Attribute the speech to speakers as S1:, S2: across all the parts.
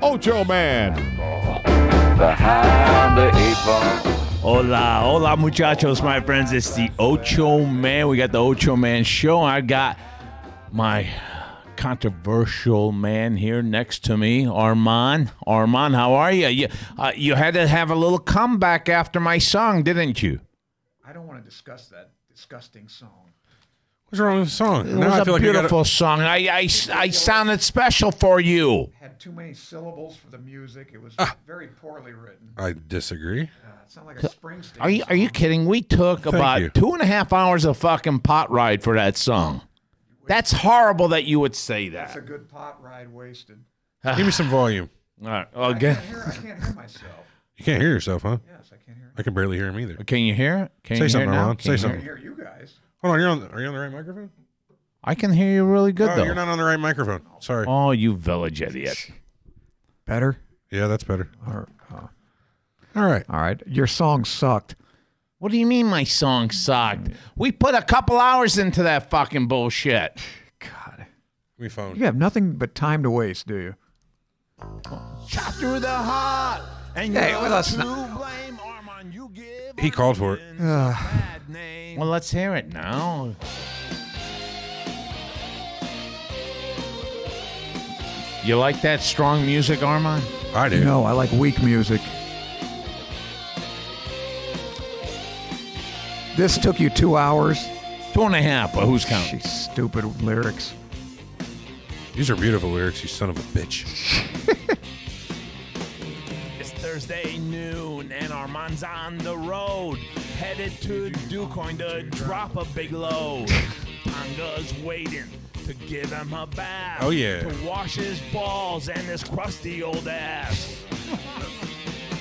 S1: Ocho Man.
S2: Behind the eight ball.
S3: Hola, hola, muchachos, my friends. It's the Ocho Man. We got the Ocho Man show. I got my controversial man here next to me, Armand. Armand, how are you? You, uh, you had to have a little comeback after my song, didn't you?
S4: I don't want to discuss that disgusting song.
S5: What's wrong with the song?
S3: It was a beautiful song. I, I, I sounded special for you.
S4: Had too many syllables for the music. It was
S6: Ah.
S4: very poorly written.
S5: I
S4: Uh,
S5: disagree.
S4: it sounded like a Springsteen.
S3: Are you, are you kidding? We took about
S5: you.
S3: two and a half hours of fucking pot ride for that song. That's horrible that you would say
S4: It's
S3: that.
S4: a good pot ride wasted.
S3: Ah.
S5: Give me some volume.
S3: All right.
S4: I
S3: Okay.
S4: can't hear, I can't hear myself.
S5: You can't hear yourself, huh?
S4: Yes, I can't hear.
S5: I can barely hear him either.
S3: Can you hear? it? Can
S5: Say
S3: you
S5: something,
S3: hear now?
S5: Ron.
S3: Can
S5: Say
S3: you hear-
S4: I
S5: something.
S4: can hear you guys.
S5: Hold on, you're on. The, are you on the right microphone?
S3: I can hear you really good
S5: oh,
S3: though.
S5: you're not on the right microphone. Sorry.
S3: oh, you village idiot!
S6: Better?
S5: Yeah, that's better.
S6: Or, oh,
S5: All right.
S6: all right. Your song sucked.
S3: What do you mean my song sucked? We put a couple hours into that fucking bullshit.
S6: God.
S5: We phone.
S6: You have nothing but time to waste, do you?
S3: Shot through the heart, and
S6: Hey,
S3: you're
S6: well, that's
S3: to
S6: not-
S3: blame. Armand, you give
S5: He called for it.
S3: Armand a bad name. Well, let's hear it now. You like that strong music, Armand?
S5: I do.
S6: No, I like weak music. This took you two hours.
S3: Two and a half, but who's counting?
S6: She's stupid lyrics.
S5: These are beautiful lyrics. You son of a bitch.
S3: It's Thursday noon and Armand's on the road, headed to Ducoin to drop a big load. Tonga's waiting to give him a bath.
S5: Oh, yeah.
S3: To wash his balls and his crusty old ass.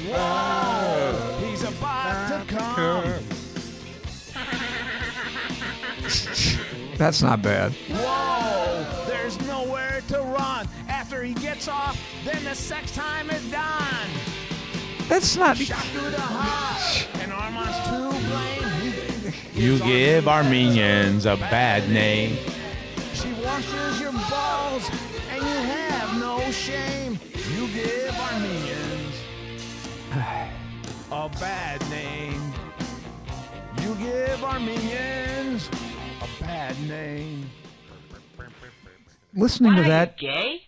S3: Whoa,
S5: Oh.
S3: he's about to come.
S6: That's not bad.
S3: Whoa, there's nowhere to run. After he gets off, then the sex time is done.
S6: That's not.
S3: Shot through the heart, and Armand's to blame. You give Armenians a bad name. She washes your balls, and you have no shame. You give Armenians a bad name. You give Armenians a bad name.
S6: Listening to that,
S7: gay?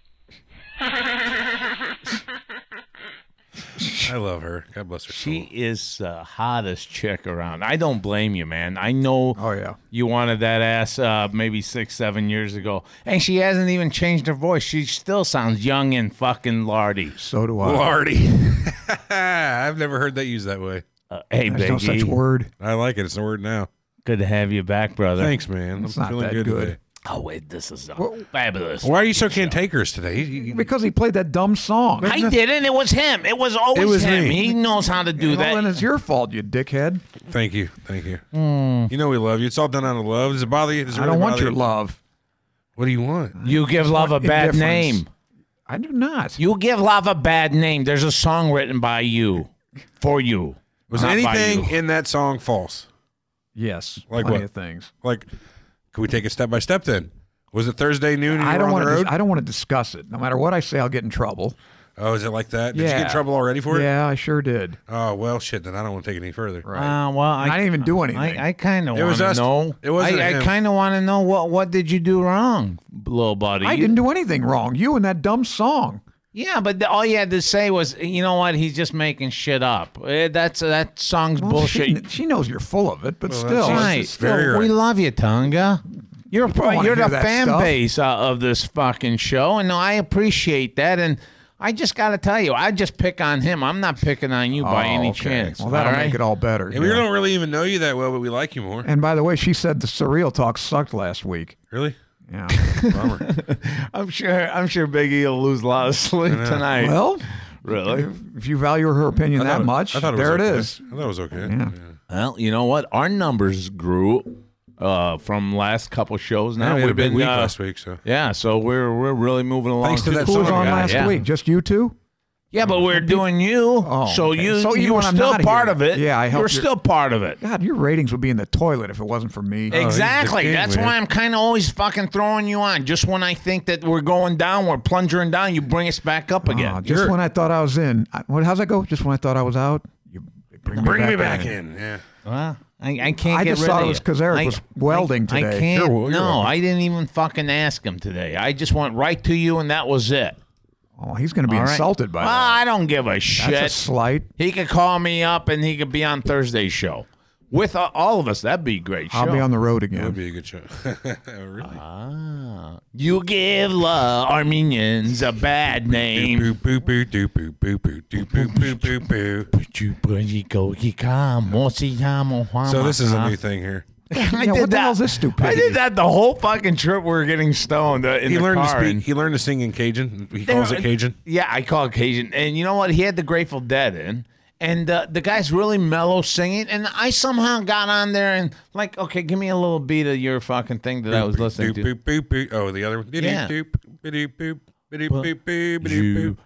S5: I love her. God bless her.
S3: She is the hottest chick around. I don't blame you, man. I know.
S6: Oh, yeah.
S3: You wanted that ass uh, maybe six, seven years ago, and she hasn't even changed her voice. She still sounds young and fucking lardy.
S6: so do I.
S5: soul. Lardy. I've never heard that used that way.
S3: Uh, hey,
S6: There's no such
S3: Biggie,
S6: word.
S5: I like it. It's a word now.
S3: good to have you back, brother.
S5: Thanks, man.
S6: It's
S5: I'm
S6: not
S5: feeling
S6: that
S5: good,
S6: good.
S5: today.
S3: Oh wait, this is uh, fabulous.
S5: Why are you so cantankerous today? You- you-
S6: Because he played that dumb song.
S3: I didn't. It was him. It was always
S5: It was
S3: him.
S5: me.
S3: He knows how to do that.
S6: Well, then it's your fault, you dickhead.
S5: Thank you. Thank you. You know we love you. It's all done out of love. Does it bother you? Does it
S6: Hmm. I
S5: really
S6: don't want
S5: bother
S6: your
S5: you?
S6: love.
S5: What do you want?
S3: you give love a bad
S6: Indifference.
S3: name.
S6: I do not.
S3: You give love a bad name. There's a song written by you, for you.
S5: Was
S3: Not by
S5: anything
S3: you.
S5: in that song false?
S6: yes.
S5: Like
S6: plenty
S5: what?
S6: of things.
S5: Like, can we take it step by step then? Was it Thursday noon? And you
S6: I
S5: were
S6: don't
S5: on
S6: want
S5: the road.
S6: to. I don't want to discuss it. No matter what I say, I'll get in trouble.
S5: oh, is it like that? Did you get
S6: Yeah.
S5: in trouble already for it?
S6: Yeah, I sure did.
S5: Oh well, shit. Then I don't want to take it any further. Right.
S3: Uh, well, I,
S6: I didn't even do anything.
S3: I, I kind of
S5: It
S3: want
S5: was
S3: to
S5: us.
S3: know.
S5: It wasn't
S3: I, I
S5: him.
S3: kind of want to know what what did you do wrong, little buddy?
S6: I didn't do anything wrong. You and that dumb song.
S3: Yeah, but the, all you had to say was, you know what? He's just making shit up. Eh, that's that song's
S6: Well, she-
S3: bullshit.
S6: She, knows you're full of it, but
S5: Well,
S6: still,
S5: that's-
S3: right.
S5: just very
S3: Well, We
S5: right.
S3: love you, Tonga. You're a pro-
S6: wanna
S3: you're
S6: hear
S3: the
S6: that
S3: fan
S6: stuff.
S3: base uh, of this fucking show, and I appreciate that. And I just got to tell you, I just pick on him. I'm not picking on you by
S6: Oh,
S3: any
S6: okay.
S3: chance.
S6: Well, that'll
S3: all right?
S6: make it all better.
S5: And we
S6: yeah.
S5: don't really even know you that well, but we like you more.
S6: And by the way, she said the surreal talk sucked last week.
S5: Really?
S6: Yeah.
S5: Bummer.
S3: I'm sure. I'm sure Biggie will lose a lot of sleep tonight.
S6: well,
S3: Really?
S6: If you value her opinion
S5: I
S6: that
S5: thought it-
S6: much,
S5: I thought it
S6: there
S5: was
S6: it
S5: okay.
S6: is.
S5: I thought it was okay.
S3: Well, you know what? Our numbers grew uh, from last couple shows.
S5: Yeah,
S3: Now
S5: we had a
S3: we've
S5: big
S3: been
S5: week
S3: uh,
S5: last week, so
S3: Yeah, so we're we're really moving along.
S5: Thanks to that
S6: Who was
S5: song
S6: on
S5: guy,
S6: last
S3: yeah.
S6: week? Just you two?
S3: Yeah, but we're doing you.
S6: Oh,
S3: so
S6: okay.
S3: you
S6: So even
S3: you were
S6: when I'm
S3: still
S6: not here-
S3: part of it.
S6: Yeah, I
S3: you were
S6: helped your- Oh,
S3: still part of it.
S6: God, your ratings would be in the toilet if it wasn't for me.
S5: he's the
S3: Exactly.
S5: king,
S3: That's
S5: man.
S3: why I'm kind of always fucking throwing you on. Just when I think that we're going down, we're plunging down, you bring us back up
S6: Oh,
S3: again.
S6: just when I thought I was in. I, what, how's that go? Just when I thought I was out, you bring,
S5: Bring me
S6: me
S5: back in. Yeah.
S3: Well, I, I can't
S6: I
S3: get
S6: just
S3: rid
S6: thought
S3: of
S6: it was
S3: you.
S6: 'cause Eric
S3: I-
S6: was welding
S3: I- I
S6: today.
S3: can't.
S5: You're wel- you're
S3: no,
S5: welcome.
S3: I didn't even fucking ask him today. I just went right to you, and that was it.
S6: Oh, he's going to be
S3: All right?
S6: insulted by
S3: well,
S6: that.
S3: I don't give a shit.
S6: That's a slight.
S3: he could call me up, and he could be on Thursday's show with uh, all of us. That'd be a great.
S6: I'll
S3: show.
S6: be on the road
S5: That'd
S6: again.
S5: be a good show. really?
S3: Ah, you give la Armenians a bad name.
S5: Boo, boo, boo, doo, boo, boo, boo, doo, boo, boo, boo, boo. So
S3: So
S5: this is a new thing here.
S3: I
S6: Yeah,
S3: did
S6: what the
S3: that.
S6: hell's this
S3: I
S6: stupidity?
S3: did that the whole fucking trip. We were getting stoned uh, in
S5: He
S3: the
S5: learned to
S3: car
S5: speak.
S3: and-
S5: He learned to sing in Cajun. He calls it Cajun.
S3: Yeah, I call it Cajun. And you know what? He had the Grateful Dead in, and uh, the guy's really mellow singing. And I somehow got on there and like, okay, give me a little beat of your fucking thing that I was listening to.
S5: Doop, boop, boop, boop. Oh, the other one. Biddy
S3: Yeah.
S5: doop, biddy boop, biddy boop, boop, biddy boop.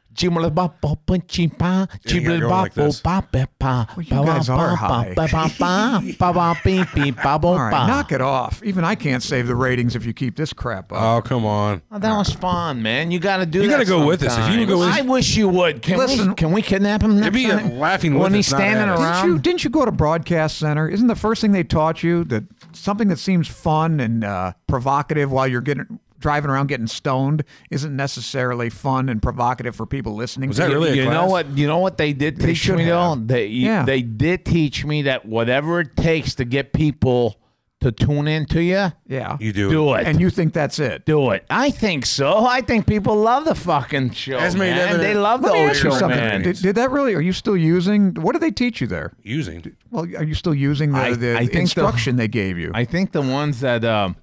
S6: All right, knock
S3: That
S6: it off. Even I can't save the ratings if you keep this crap up.
S5: Oh, come on.
S3: was fun, man. You got to do.
S5: You
S3: got to
S5: gotta go with us. If you would go with us-
S3: I wish you would. Can we?
S6: Listen-
S3: Can we kidnap him?
S5: It'd
S3: next
S5: be a
S3: time?
S5: laughing with
S3: when he's
S5: us, not
S3: standing
S5: at us.
S6: Didn't you,
S3: around.
S6: didn't you go to broadcast center? Isn't the first thing they taught you that something that seems fun and uh, provocative while you're getting driving around getting stoned isn't necessarily fun and provocative for people listening?
S5: Was
S6: to
S5: that
S6: you?
S5: really a
S3: You know
S5: class?
S3: what? You know what they did teach
S6: should
S3: me though.
S6: have.
S3: They
S6: Yeah.
S3: they did teach me that whatever it takes to get people to tune in to you,
S6: Yeah.
S5: You do.
S3: do it.
S6: and you think that's it?
S3: do it. I think so. I think people love the fucking show.
S5: As made
S3: man.
S5: evident-
S3: They love the
S6: Let me ask you
S3: old show,
S6: something.
S3: man.
S6: Did, did that really? Are you still using? What did they teach you there?
S5: Using.
S6: Well, are you still using the,
S3: I-
S6: the
S3: I think the-
S6: instruction they gave you?
S3: I think the ones that um,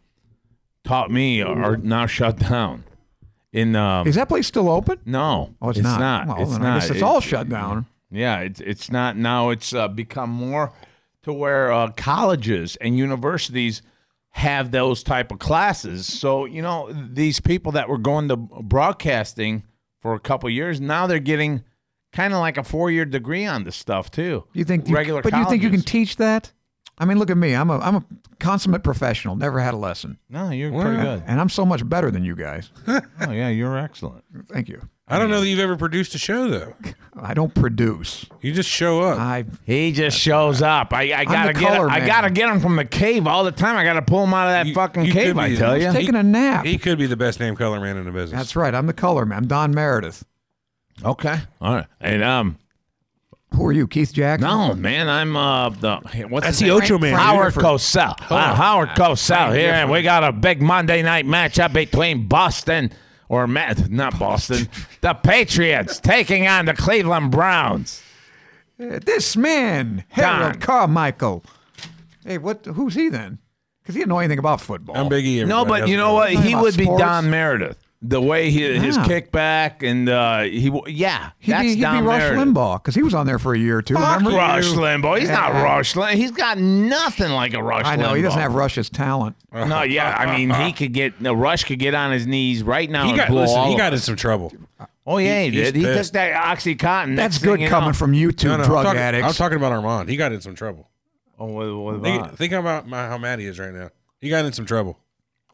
S3: taught me are, are now shut down. In um,
S6: Is that place still open?
S3: no,
S6: Oh, it's,
S3: it's
S6: not.
S3: not.
S6: Well,
S3: it's
S6: then
S3: not.
S6: I guess it's
S3: It-
S6: all shut down.
S3: Yeah, it's it's not now. It's uh, become more to where uh, colleges and universities have those type of classes. So you know these people that were going to broadcasting for a couple years now they're getting kind of like a four year degree on this stuff too.
S6: You think you,
S3: regular
S6: but you think you can
S3: colleges.
S6: teach that? I mean, look at me. I'm a I'm a consummate professional. Never had a lesson,
S3: No, you're pretty good.
S6: and I'm so much better than you guys.
S3: Oh yeah, you're excellent.
S6: Thank you.
S5: I don't know that you've ever produced a show though.
S6: I don't produce.
S5: You just show up.
S6: I
S3: He just shows up. I, I gotta
S6: the
S3: get.
S6: color
S3: I
S6: man.
S3: gotta get him from the cave all the time. I gotta pull him out of that
S5: You-
S3: fucking
S5: you
S3: cave.
S5: could
S3: I
S5: be-
S3: tell you.
S5: Take-
S6: taking a nap.
S5: He could be the best name color man in the business.
S6: That's right. I'm the color man. I'm Don Meredith.
S3: Okay. All right. And um,
S6: Who are you, Keith Jackson?
S3: No, man, I'm uh the hey, what's
S5: That's
S3: his
S5: the
S3: name?
S5: Ocho Man.
S3: Howard
S5: Different.
S3: Cosell. Uh, Howard Cosell here, and we got a big Monday night matchup between Boston or Matt, not Boston, the Patriots taking on the Cleveland Browns.
S6: Uh, This man, Harold
S3: Don.
S6: Carmichael. Hey, what? Who's he then? Because he didn't know anything about football.
S3: Um,
S5: I'm Biggie. Everybody
S3: No, but
S5: doesn't
S3: you know what?
S6: Talking
S3: He
S6: about
S3: would be
S6: sports.
S3: Don Meredith. The way he, his
S6: Yeah.
S3: kickback and uh, he, w- yeah,
S6: He'd
S3: that's
S6: be, he'd be
S3: Don
S6: Rush
S3: Meredith.
S6: Limbaugh because he was on there for a year or two.
S3: Fuck
S6: remember?
S3: Rush Limbaugh. He's not
S6: Yeah.
S3: Rush Limbaugh. He's got nothing like a Rush
S6: I know he doesn't
S3: Limbaugh.
S6: have Russia's talent.
S3: No, yeah, I mean he could get no, Rush could get on his knees right now.
S5: He
S3: and
S5: got,
S3: blow
S5: listen,
S3: all
S5: he
S3: of
S5: got
S3: them.
S5: in some trouble.
S3: Oh yeah, he,
S5: he- he's
S3: did. He took
S5: pissed.
S3: that OxyContin.
S6: That's
S3: next thing
S6: good
S3: you
S6: coming
S3: know-
S6: from you two
S5: No, no, I'm,
S6: drug
S5: talking, I'm
S6: addicts.
S5: talking about Armand. He got in some trouble.
S3: Oh, what, what
S5: Think,
S3: about?
S5: think about my, how mad he is right now. He got in some trouble.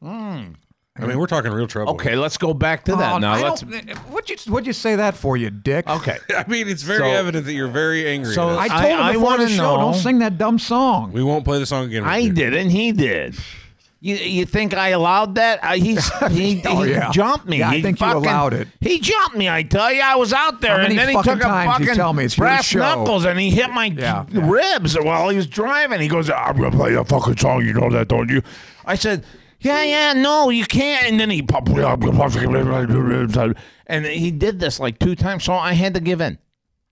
S3: Hmm.
S5: I mean, we're talking real trouble.
S3: Okay, let's go back to that
S6: Oh,
S3: now.
S6: I
S3: Let's,
S6: don't- what'd you what'd you say that for, you dick?
S3: okay,
S5: I mean, it's very
S3: So-
S5: evident that you're very angry.
S3: so
S5: at us.
S6: I
S3: I-
S6: told
S3: I
S6: him before
S3: wanna
S6: the show,
S3: know-
S6: don't sing that dumb song.
S5: we won't play the song again. with
S3: I
S5: you.
S3: didn't. He did. You you think I allowed that? I, he's, he
S6: Oh,
S3: he
S6: yeah.
S3: jumped me.
S6: Yeah, I
S3: he
S6: think you
S3: fucking-
S6: allowed it.
S3: He jumped me. I tell you, I was out there,
S6: How
S3: and
S6: many
S3: then he
S6: fucking
S3: took a
S6: times you
S3: fucking
S6: tell me it's your
S3: brass
S6: show?
S3: knuckles, and he hit my
S6: Yeah, yeah.
S3: ribs while he was driving. He goes, "I'm gonna play that fucking song. You know that, don't you?" I said. Yeah, yeah, no, you can't. And then he pop- and he did this like two times, so I had to give in.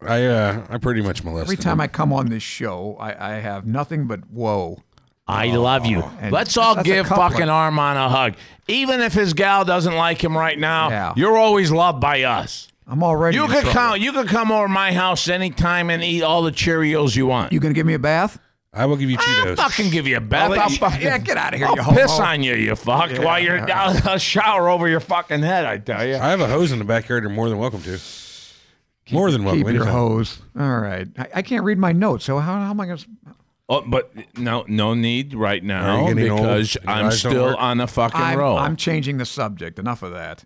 S5: I uh, I pretty much molested.
S6: Every time I come on this show, I, I have nothing but whoa.
S3: I love you.
S6: Oh, and
S3: Let's all
S6: that's a
S3: give
S6: couplet.
S3: fucking Armand a hug. Even if his gal doesn't like him right now,
S6: Yeah.
S3: you're always loved by us.
S6: I'm already.
S3: You
S6: in
S3: could
S6: trouble.
S3: come. You could come over to my house anytime and eat all the Cheerios you want.
S6: You gonna give me a bath?
S5: I will give you
S3: I'll
S6: Ah,
S5: Cheetos.
S3: fucking give you a bath.
S6: let
S3: I'll,
S6: you-
S3: fucking-
S6: yeah, get outta here,
S3: I'll
S6: you homo.
S3: piss on you, you fuck. while you're down a shower over your fucking head, I tell you.
S5: I have a hose in the backyard. You're more than welcome to. more than welcome.
S6: Keep your
S5: anytime.
S6: hose. All right. I, I can't read my notes, so how, how am I gonna?
S3: Oh, but no, no need right
S5: Are
S3: now
S5: you getting old?
S3: because
S5: Your
S3: I'm
S5: eyes don't
S3: still
S5: work?
S3: on a fucking
S6: I'm,
S3: roll.
S6: I'm changing the subject. Enough of that.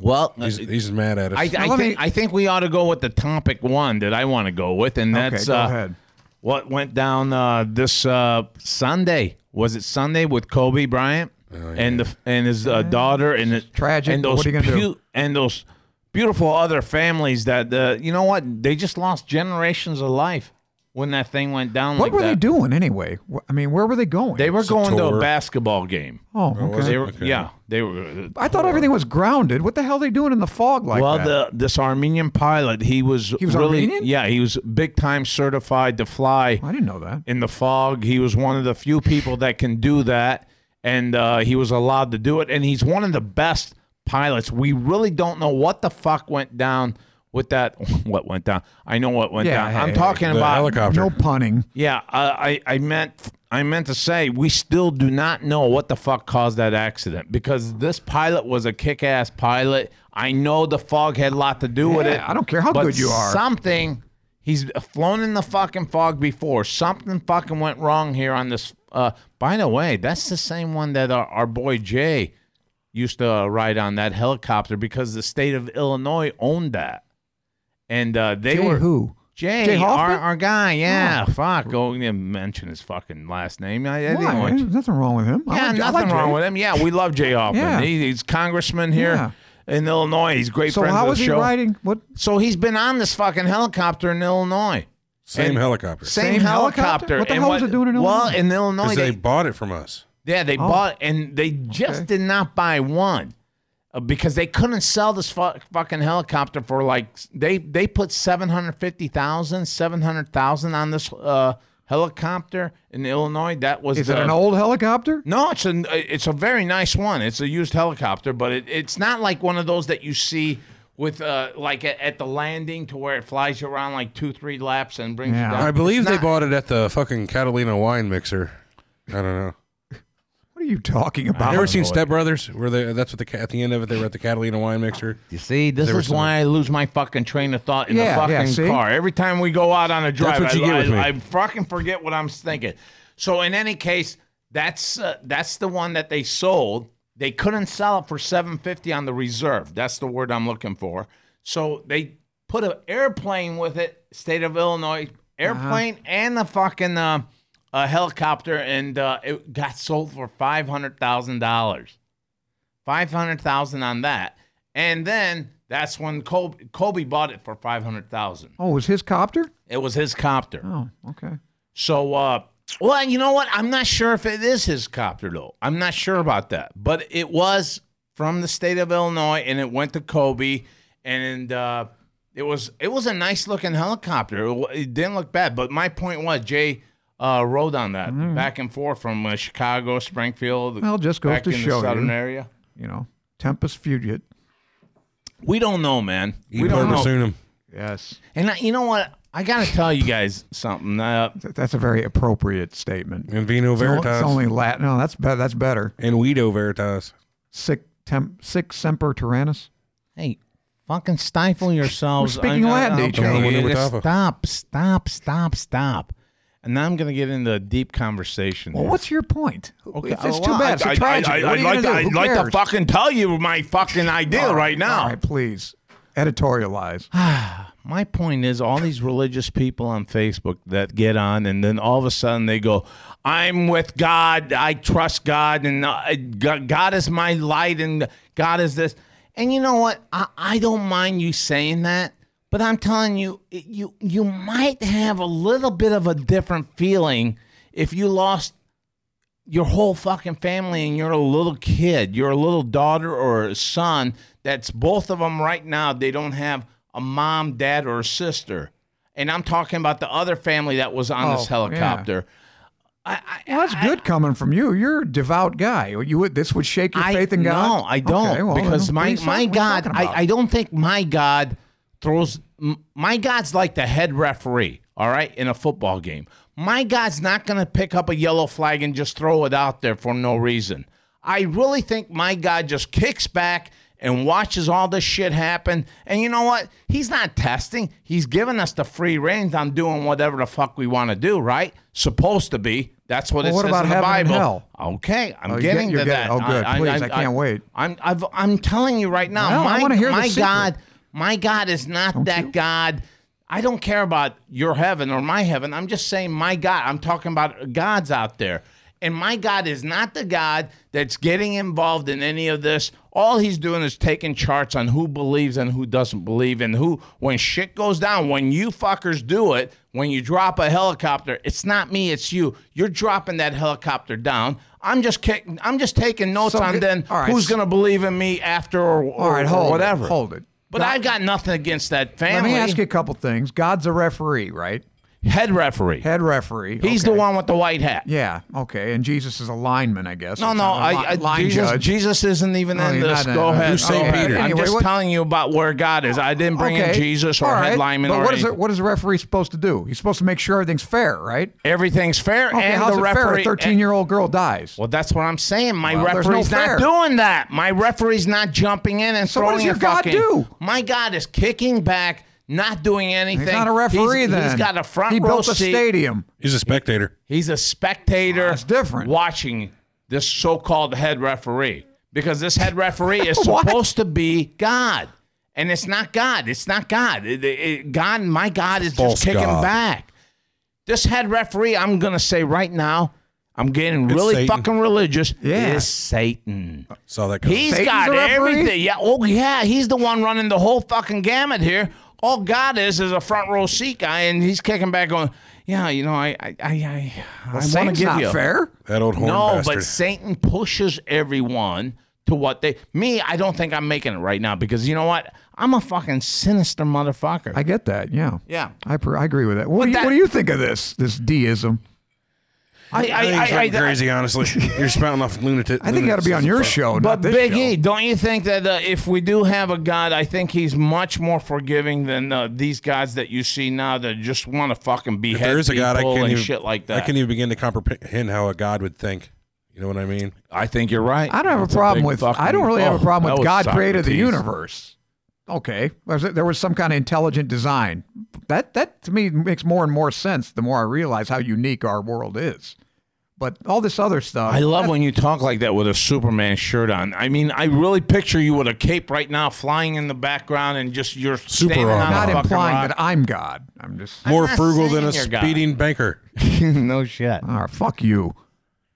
S3: well,
S5: He's, he's mad at us.
S3: I, I
S6: Now, let
S3: think
S6: me-
S3: I think we ought to go with the topic one that I want to go with, and that's
S6: okay, go
S3: uh,
S6: ahead.
S3: what went down uh, this uh, Sunday. Was it Sunday with Kobe Bryant and the and his uh, daughter and it,
S6: Tragic,
S3: and
S6: but
S3: those
S6: what are you gonna do?
S3: and those beautiful other families that uh, you know what they just lost generations of life when that thing went down.
S6: What
S3: like
S6: were
S3: that.
S6: they doing anyway? Wh- I mean, where were they going?
S3: They were going to
S5: tour.
S3: a basketball game.
S6: Oh, okay.
S3: They were, yeah, they were. uh,
S6: I thought everything was grounded. What the hell are they doing in the fog like
S3: well,
S6: that?
S3: the this Armenian pilot, he was
S6: He was
S3: really
S6: Armenian?
S3: yeah, he was big time certified to fly
S6: I didn't know that.
S3: in the fog. He was one of the few people that can do that, and uh, he was allowed to do it. And he's one of the best pilots. We really don't know what the fuck went down with that. What went down? I know what went
S6: Yeah,
S3: down.
S6: hey,
S3: I'm
S6: hey,
S3: talking
S5: the
S3: about
S5: helicopter.
S6: No punning.
S3: yeah, I, I I meant I meant to say we still do not know what the fuck caused that accident because this pilot was a kick-ass pilot. I know the fog had a lot to do with it.
S6: Yeah, I don't care how
S3: but
S6: good you are.
S3: Something he's flown in the fucking fog before. Something fucking went wrong here on this. Uh, by the way, that's the same one that our, our boy Jay used to uh, ride on that helicopter because the state of Illinois owned that, and uh, they
S6: Jay
S3: were
S6: who?
S3: Jay,
S6: Jay
S3: our,
S6: Hoffman? Oh.
S3: our guy, yeah. Fuck, go yeah, mention his fucking last name. I, I didn't
S6: Why?
S3: want you-
S6: There's nothing wrong with him. I
S3: Yeah,
S6: like- I
S3: nothing
S6: like
S3: wrong
S6: Jay.
S3: with him. Yeah, we love Jay Hoffman.
S6: Yeah.
S3: He, he's congressman here in Illinois. He's great
S6: So
S3: friends
S6: how
S3: with
S6: is
S3: the
S6: he
S3: show.
S6: riding? What?
S3: So he's been on this fucking helicopter in Illinois.
S5: Same
S3: and-
S5: helicopter.
S3: Same,
S6: Same helicopter?
S3: helicopter.
S6: What the
S3: and
S6: hell was it doing in
S3: Well,
S6: Illinois?
S3: in Illinois,
S5: Because they
S3: they,
S5: bought it from us.
S3: yeah, they bought and they just
S6: Oh. Okay.
S3: did not buy one uh, because they couldn't sell this fu- fucking helicopter for like they they put 750,000 700,000 on this uh, helicopter in Illinois that was
S6: Is
S3: the,
S6: it an old helicopter?
S3: No, it's a it's a very nice one. It's a used helicopter, but it, it's not like one of those that you see with uh, like at, at the landing to where it flies you around like 2 3 laps and brings
S6: Yeah.
S3: you down.
S5: I believe
S3: It's
S5: they
S3: not-
S5: bought it at the fucking Catalina wine mixer. I don't know.
S6: What are you talking about?
S5: You ever seen Step Brothers? Where they that's what the ca- at the end of it they were at the Catalina wine mixer.
S3: You see, this
S5: There
S3: is
S5: was
S3: why I lose my fucking train of thought in
S6: Yeah,
S3: the
S6: yeah,
S3: fucking
S6: see?
S3: car. Every time we go out on a drive,
S5: what you
S3: I,
S5: get with
S3: I-
S5: me.
S3: I fucking forget what I'm thinking. So in any case, that's uh, that's the one that they sold. They couldn't sell it for 750 on the reserve. That's the word I'm looking for. So they put an airplane with it, state of Illinois airplane
S5: Uh-huh.
S3: and the fucking uh, uh, helicopter, and uh, it got sold for five hundred thousand dollars five hundred thousand on that, and then that's when Kobe, Kobe bought it for five hundred thousand.
S6: Oh, was his copter?
S3: It was his copter.
S6: Oh, okay.
S3: So, uh, well, you know what? I'm not sure if it is his copter though. I'm not sure about that, but it was from the state of Illinois, and it went to Kobe, and uh, it was it was a nice looking helicopter. It, wa- it didn't look bad, but my point was Jay. Uh, rode on that back and forth from uh, Chicago, Springfield.
S6: Mm-hmm. Well, just goes
S3: back
S6: to
S3: in the
S6: show you.
S3: southern area.
S6: You know, Tempest Fugit.
S3: We don't know, man.
S5: You
S3: we don't know.
S5: pursuing him.
S6: Yes,
S3: And I, you know what? I gotta tell you guys something. Uh,
S6: Th- that's a very appropriate statement.
S5: And Vino
S6: It's o-
S5: Veritas.
S6: It's only Latin. No, that's better. That's better.
S5: and Guido Veritas.
S6: Sic temp, sic semper tyrannis.
S3: hey, fucking stifle yourselves.
S6: We're speaking Latin to each
S3: okay,
S5: other.
S3: yeah,
S5: We're
S3: just
S5: talking.
S3: Stop! Stop! Stop! Stop! And now I'm gonna get into a deep conversation.
S6: Well,
S3: here.
S6: what's your point? If it's
S3: oh,
S6: too
S3: well,
S6: bad. It's
S3: I-
S6: a
S3: I-
S6: tragedy.
S3: I-
S6: what are
S3: I'd
S6: you
S3: like, to,
S6: gonna do?
S3: I'd
S6: Who
S3: like to
S6: cares?
S3: fucking tell you my fucking idea
S6: All
S3: right,
S6: All
S3: now.
S6: right, please. Editorialize.
S3: my point is all these religious people on Facebook that get on and then all of a sudden they go, I'm with God, I trust God, and uh, God God is my light, and God is this. And you know what? I, I don't mind you saying that, but I'm telling you, it- you you might have a little bit of a different feeling if you lost your whole fucking family and you're a little kid, you're a little daughter or a son that's both of them right now, they don't have a mom, dad, or a sister. And I'm talking about the other family that was on
S6: Oh,
S3: this
S6: yeah.
S3: helicopter. I, I,
S6: Well, that's good coming from you. You're a devout guy. You would this would shake your
S3: I,
S6: faith in God.
S3: No, I don't.
S6: Okay, well,
S3: because
S6: then
S3: my,
S6: what are you-
S3: my
S6: what are you
S3: God,
S6: talking
S3: I,
S6: about?
S3: I don't think my God throws. m- My God's like the head referee, all right, in a football game. My God's not going to pick up a yellow flag and just throw it out there for no reason. I really think my God just kicks back and watches all this shit happen. And you know what? He's not testing. He's giving us the free reins on doing whatever the fuck we want to do, right? Supposed to be. That's what
S6: Well,
S3: it
S6: what
S3: says
S6: about
S3: in the
S6: heaven and
S3: Bible.
S6: hell?
S3: Okay, I'm
S6: Oh, you get-
S3: getting
S6: you're
S3: to
S6: getting-
S3: that.
S6: oh, good. Please, I can't wait.
S3: I'm I've, I'm telling you right now.
S6: Well, I
S3: my
S6: wanna hear the
S3: my
S6: secret.
S3: God, my God is not that God. I don't care about your heaven or my heaven. I'm just saying my God. I'm talking about gods out there. And my God is not the God that's getting involved in any of this. All he's doing is taking charts on who believes and who doesn't believe and who when shit goes down, when you fuckers do it, when you drop a helicopter, it's not me, it's you. You're dropping that helicopter down. I'm just kicking, I'm just taking notes
S6: So
S3: on
S6: g-
S3: then
S6: all right,
S3: who's
S6: so-
S3: going to believe in me after or, or,
S6: All right, hold
S3: or
S6: it,
S3: whatever.
S6: hold it.
S3: But
S6: Now-
S3: I've got nothing against that
S6: Let
S3: family.
S6: me ask you a couple things. God's a referee, right?
S3: Head referee.
S6: Head referee.
S3: He's
S6: okay.
S3: the one with the white hat.
S6: Yeah. Okay. And Jesus is a lineman, I guess.
S3: No,
S6: It's
S3: no,
S6: not a li-
S3: I, I,
S6: line
S3: Jesus,
S6: judge.
S3: Jesus isn't even
S6: No,
S3: in
S6: you're
S3: this.
S6: not in
S3: Go
S6: it.
S3: ahead.
S6: Who's
S5: Saint
S3: Okay.
S5: Peter?
S3: I'm
S6: Anyway,
S3: just
S6: what-
S3: telling you about where God is. I didn't bring in Jesus or
S6: All right.
S3: head lineman
S6: but
S3: or
S6: what is
S3: anything.
S6: it, what is the referee supposed to do? He's supposed to make sure everything's fair, right?
S3: Everything's fair,
S6: Okay,
S3: and
S6: how's
S3: the
S6: it fair?
S3: referee.
S6: A thirteen-year-old girl dies.
S3: well, that's what I'm saying. My
S6: Well, there's no
S3: referee's not
S6: fair.
S3: doing that. My referee's not jumping in and
S6: So what
S3: throwing
S6: does your
S3: a
S6: God
S3: fucking-
S6: do?
S3: My God is kicking back, not doing anything.
S6: He's not a referee.
S3: He's-
S6: then
S3: he's got a front
S6: He
S3: row
S6: built a
S3: seat.
S6: stadium.
S5: He's a spectator.
S3: He's a spectator.
S6: That's different.
S3: Watching this so-called head referee because this head referee is
S6: What?
S3: supposed to be God, and it's not God. It's not God. It- it- God, my God, is
S5: False
S3: just kicking
S5: God.
S3: back. This head referee, I'm gonna say right now, I'm getting really
S5: Satan.
S3: fucking religious.
S6: Yeah.
S3: Is Satan.
S5: Saw that. coming.
S3: He's
S6: Satan's
S3: got
S6: a referee?
S3: everything. Yeah. Oh yeah. He's the one running the whole fucking gamut here. All God is is a front row seat guy, and he's kicking back going, "Yeah, you know, I, I, I, I, I want to
S6: Satan's
S3: give
S6: not
S3: you."
S6: fair.
S5: that old horn
S3: No,
S5: bastard.
S3: but Satan pushes everyone to what they. Me, I don't think I'm making it right now because you know what? I'm a fucking sinister motherfucker.
S6: I get that. Yeah.
S3: Yeah.
S6: I, per- I agree with that. What, do you,
S3: that-
S6: what do you think of this? This deism.
S3: I,
S5: I think he's fucking crazy. honestly, you're spouting off lunatic.
S6: I think it ought to be on your show,
S3: But
S6: not this
S3: Big
S6: show.
S3: E, don't you think that uh, if we do have a God, I think he's much more forgiving than uh, these gods that you see now that just want to fucking
S5: If
S3: behead
S5: there is a god, I
S3: people
S5: can't
S3: and
S5: even
S3: shit like
S5: I
S3: that.
S5: can't even begin to comprehend how a god would think. You know what I mean?
S3: I think you're right.
S6: I don't have
S3: That's
S6: a problem
S3: big
S6: with.
S3: fucking-
S6: I don't really have
S3: Oh,
S6: a problem
S3: that
S6: with
S3: was
S6: God created the
S3: Socrates.
S6: universe. Okay, Was it- there was some kind of intelligent design. That that to me makes more and more sense the more I realize how unique our world is. But all this other stuff,
S3: I love when you talk like that with a Superman shirt on. I mean, I really picture you with a cape right now, flying in the background, and just you're super standing
S5: armor.
S3: on a
S6: not
S3: fucking
S6: implying
S3: rock.
S6: that I'm God. I'm just
S5: More
S3: not
S5: frugal than
S3: saying
S5: a
S3: you're God.
S5: speeding banker.
S3: no shit.
S6: Ah, fuck you.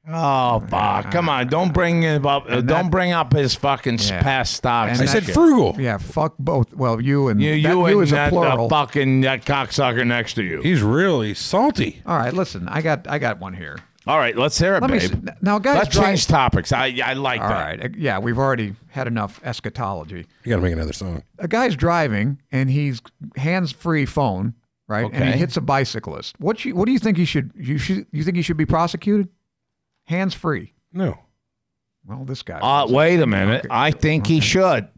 S3: Oh, Bob, come on! Don't bring it up. uh, don't bring up his fucking s-
S6: Yeah.
S3: past stocks.
S6: And
S5: I
S6: that-
S5: said frugal.
S6: Yeah, fuck both. Well, you and
S3: you,
S6: that
S3: you
S6: you
S3: and
S6: is a
S3: that uh,
S6: plural.
S3: fucking that cocksucker next to you.
S5: He's really salty.
S6: all right, listen, I got I got one here.
S3: All right, let's hear it,
S6: Let me
S3: babe.
S6: s- now, guys.
S3: let's
S6: drive-
S3: change topics. I I like
S6: All
S3: that.
S6: right, uh, yeah, we've already had enough eschatology.
S5: You got to make another song.
S6: a guy's driving and he's hands-free phone, right? And
S3: Okay.
S6: he hits a bicyclist. What you, what do you think he should you should you think he should be prosecuted? Hands-free.
S5: No.
S6: Well, this guy.
S3: Uh,
S6: was.
S3: wait a minute. I think he should.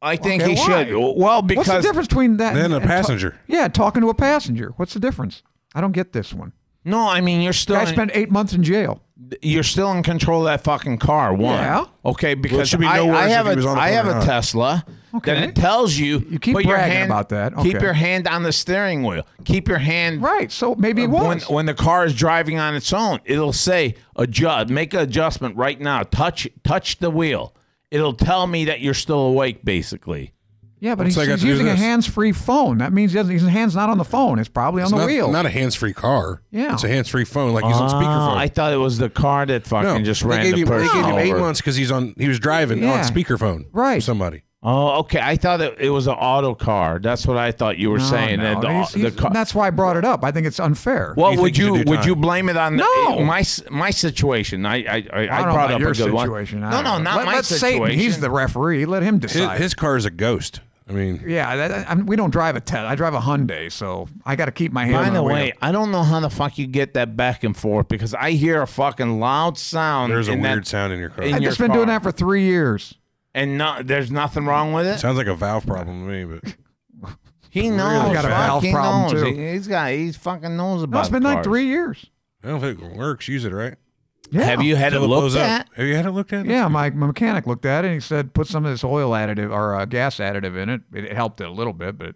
S3: I think
S6: Okay,
S3: he
S6: why?
S3: should. Well,
S6: What's the
S3: because
S6: difference between that
S5: Then
S6: and
S5: a
S6: and ta-
S5: passenger.
S6: yeah, talking to a passenger. What's the difference? I don't get this one.
S3: no, I mean you're still
S6: Guy
S3: in-
S6: spent eight months in jail.
S3: you're still in control of that fucking car. One,
S6: Yeah.
S3: okay, because
S5: should be
S3: I,
S5: no worse
S3: I
S5: if
S3: have
S5: he
S3: a
S5: was on the
S3: I
S5: phone
S3: have
S5: or
S3: a
S5: not.
S3: Tesla. Then
S6: Okay.
S3: it tells you
S6: You keep
S3: put your
S6: bragging
S3: hand-
S6: about that.
S3: Keep
S6: Okay.
S3: your hand on the steering wheel. Keep your hand
S6: Right. So maybe he
S3: when,
S6: was.
S3: when the car is driving on its own, it'll say adjust, make an adjustment right now. Touch touch the wheel. It'll tell me that you're still awake, basically.
S6: yeah, but
S5: Looks
S6: he's,
S5: like
S6: he's
S5: I have to do
S6: using a
S5: this.
S6: hands-free phone. That means he doesn't- his hand's not on the phone. It's probably on
S5: It's
S6: the
S5: not,
S6: wheel.
S5: not a hands-free car.
S6: Yeah.
S5: It's a hands-free phone, like he's on
S3: Ah,
S5: speakerphone.
S3: I thought it was the car that fucking just ran
S5: they gave
S3: the
S5: him, they
S3: person
S5: gave him eight
S3: over.
S5: months because he's on. He was driving on
S6: Yeah.
S5: speakerphone.
S6: Right.
S5: with Somebody.
S3: Oh, okay. I thought it, it was an auto car. That's what I thought you were
S6: No,
S3: saying.
S6: no.
S3: that the-
S6: He's-
S3: the
S6: he's-
S3: car-
S6: that's why I brought it up. I think it's unfair.
S3: Well,
S5: You
S3: would
S5: think you
S3: you
S5: should do
S3: would you
S5: time.
S3: blame it on the-
S6: No.
S3: my s- my situation? I I I,
S6: I don't know
S3: brought
S6: about
S3: up
S6: your
S3: a good one.
S6: situation. I
S3: No,
S6: don't
S3: no,
S6: know.
S3: not
S6: Let-
S3: my
S6: let
S3: situation.
S6: Satan, he's the referee. Let him
S5: His,
S6: decide.
S5: his car is a ghost. I mean,
S6: yeah, that, that- I, we don't drive a Tesla. I drive a Hyundai, so I got to keep my hand.
S3: By
S6: on
S3: the
S6: wheel.
S3: way, I don't know how the fuck you get that back and forth because I hear a fucking loud sound.
S5: there's a
S3: in that-
S5: weird sound in your car.
S3: in
S6: I've
S3: your
S6: just been
S3: car.
S6: doing that for three years.
S3: and no, there's nothing wrong with it.
S5: Sounds like a valve problem to me, but
S3: He knows.
S6: got a
S3: fuck,
S6: valve
S3: he
S6: problem,
S3: knows.
S6: too.
S3: He, has got. He fucking knows about.
S6: No, it's been like
S3: cars.
S6: three years.
S5: Well, if it works, use it, right?
S6: Yeah.
S3: Have you had it
S5: Till it blows
S3: looked
S5: up.
S3: at?
S5: Have you had it looked at?
S6: Yeah, my, my mechanic looked at it and he said, put some of this oil additive or uh, gas additive in it. It helped it a little bit, but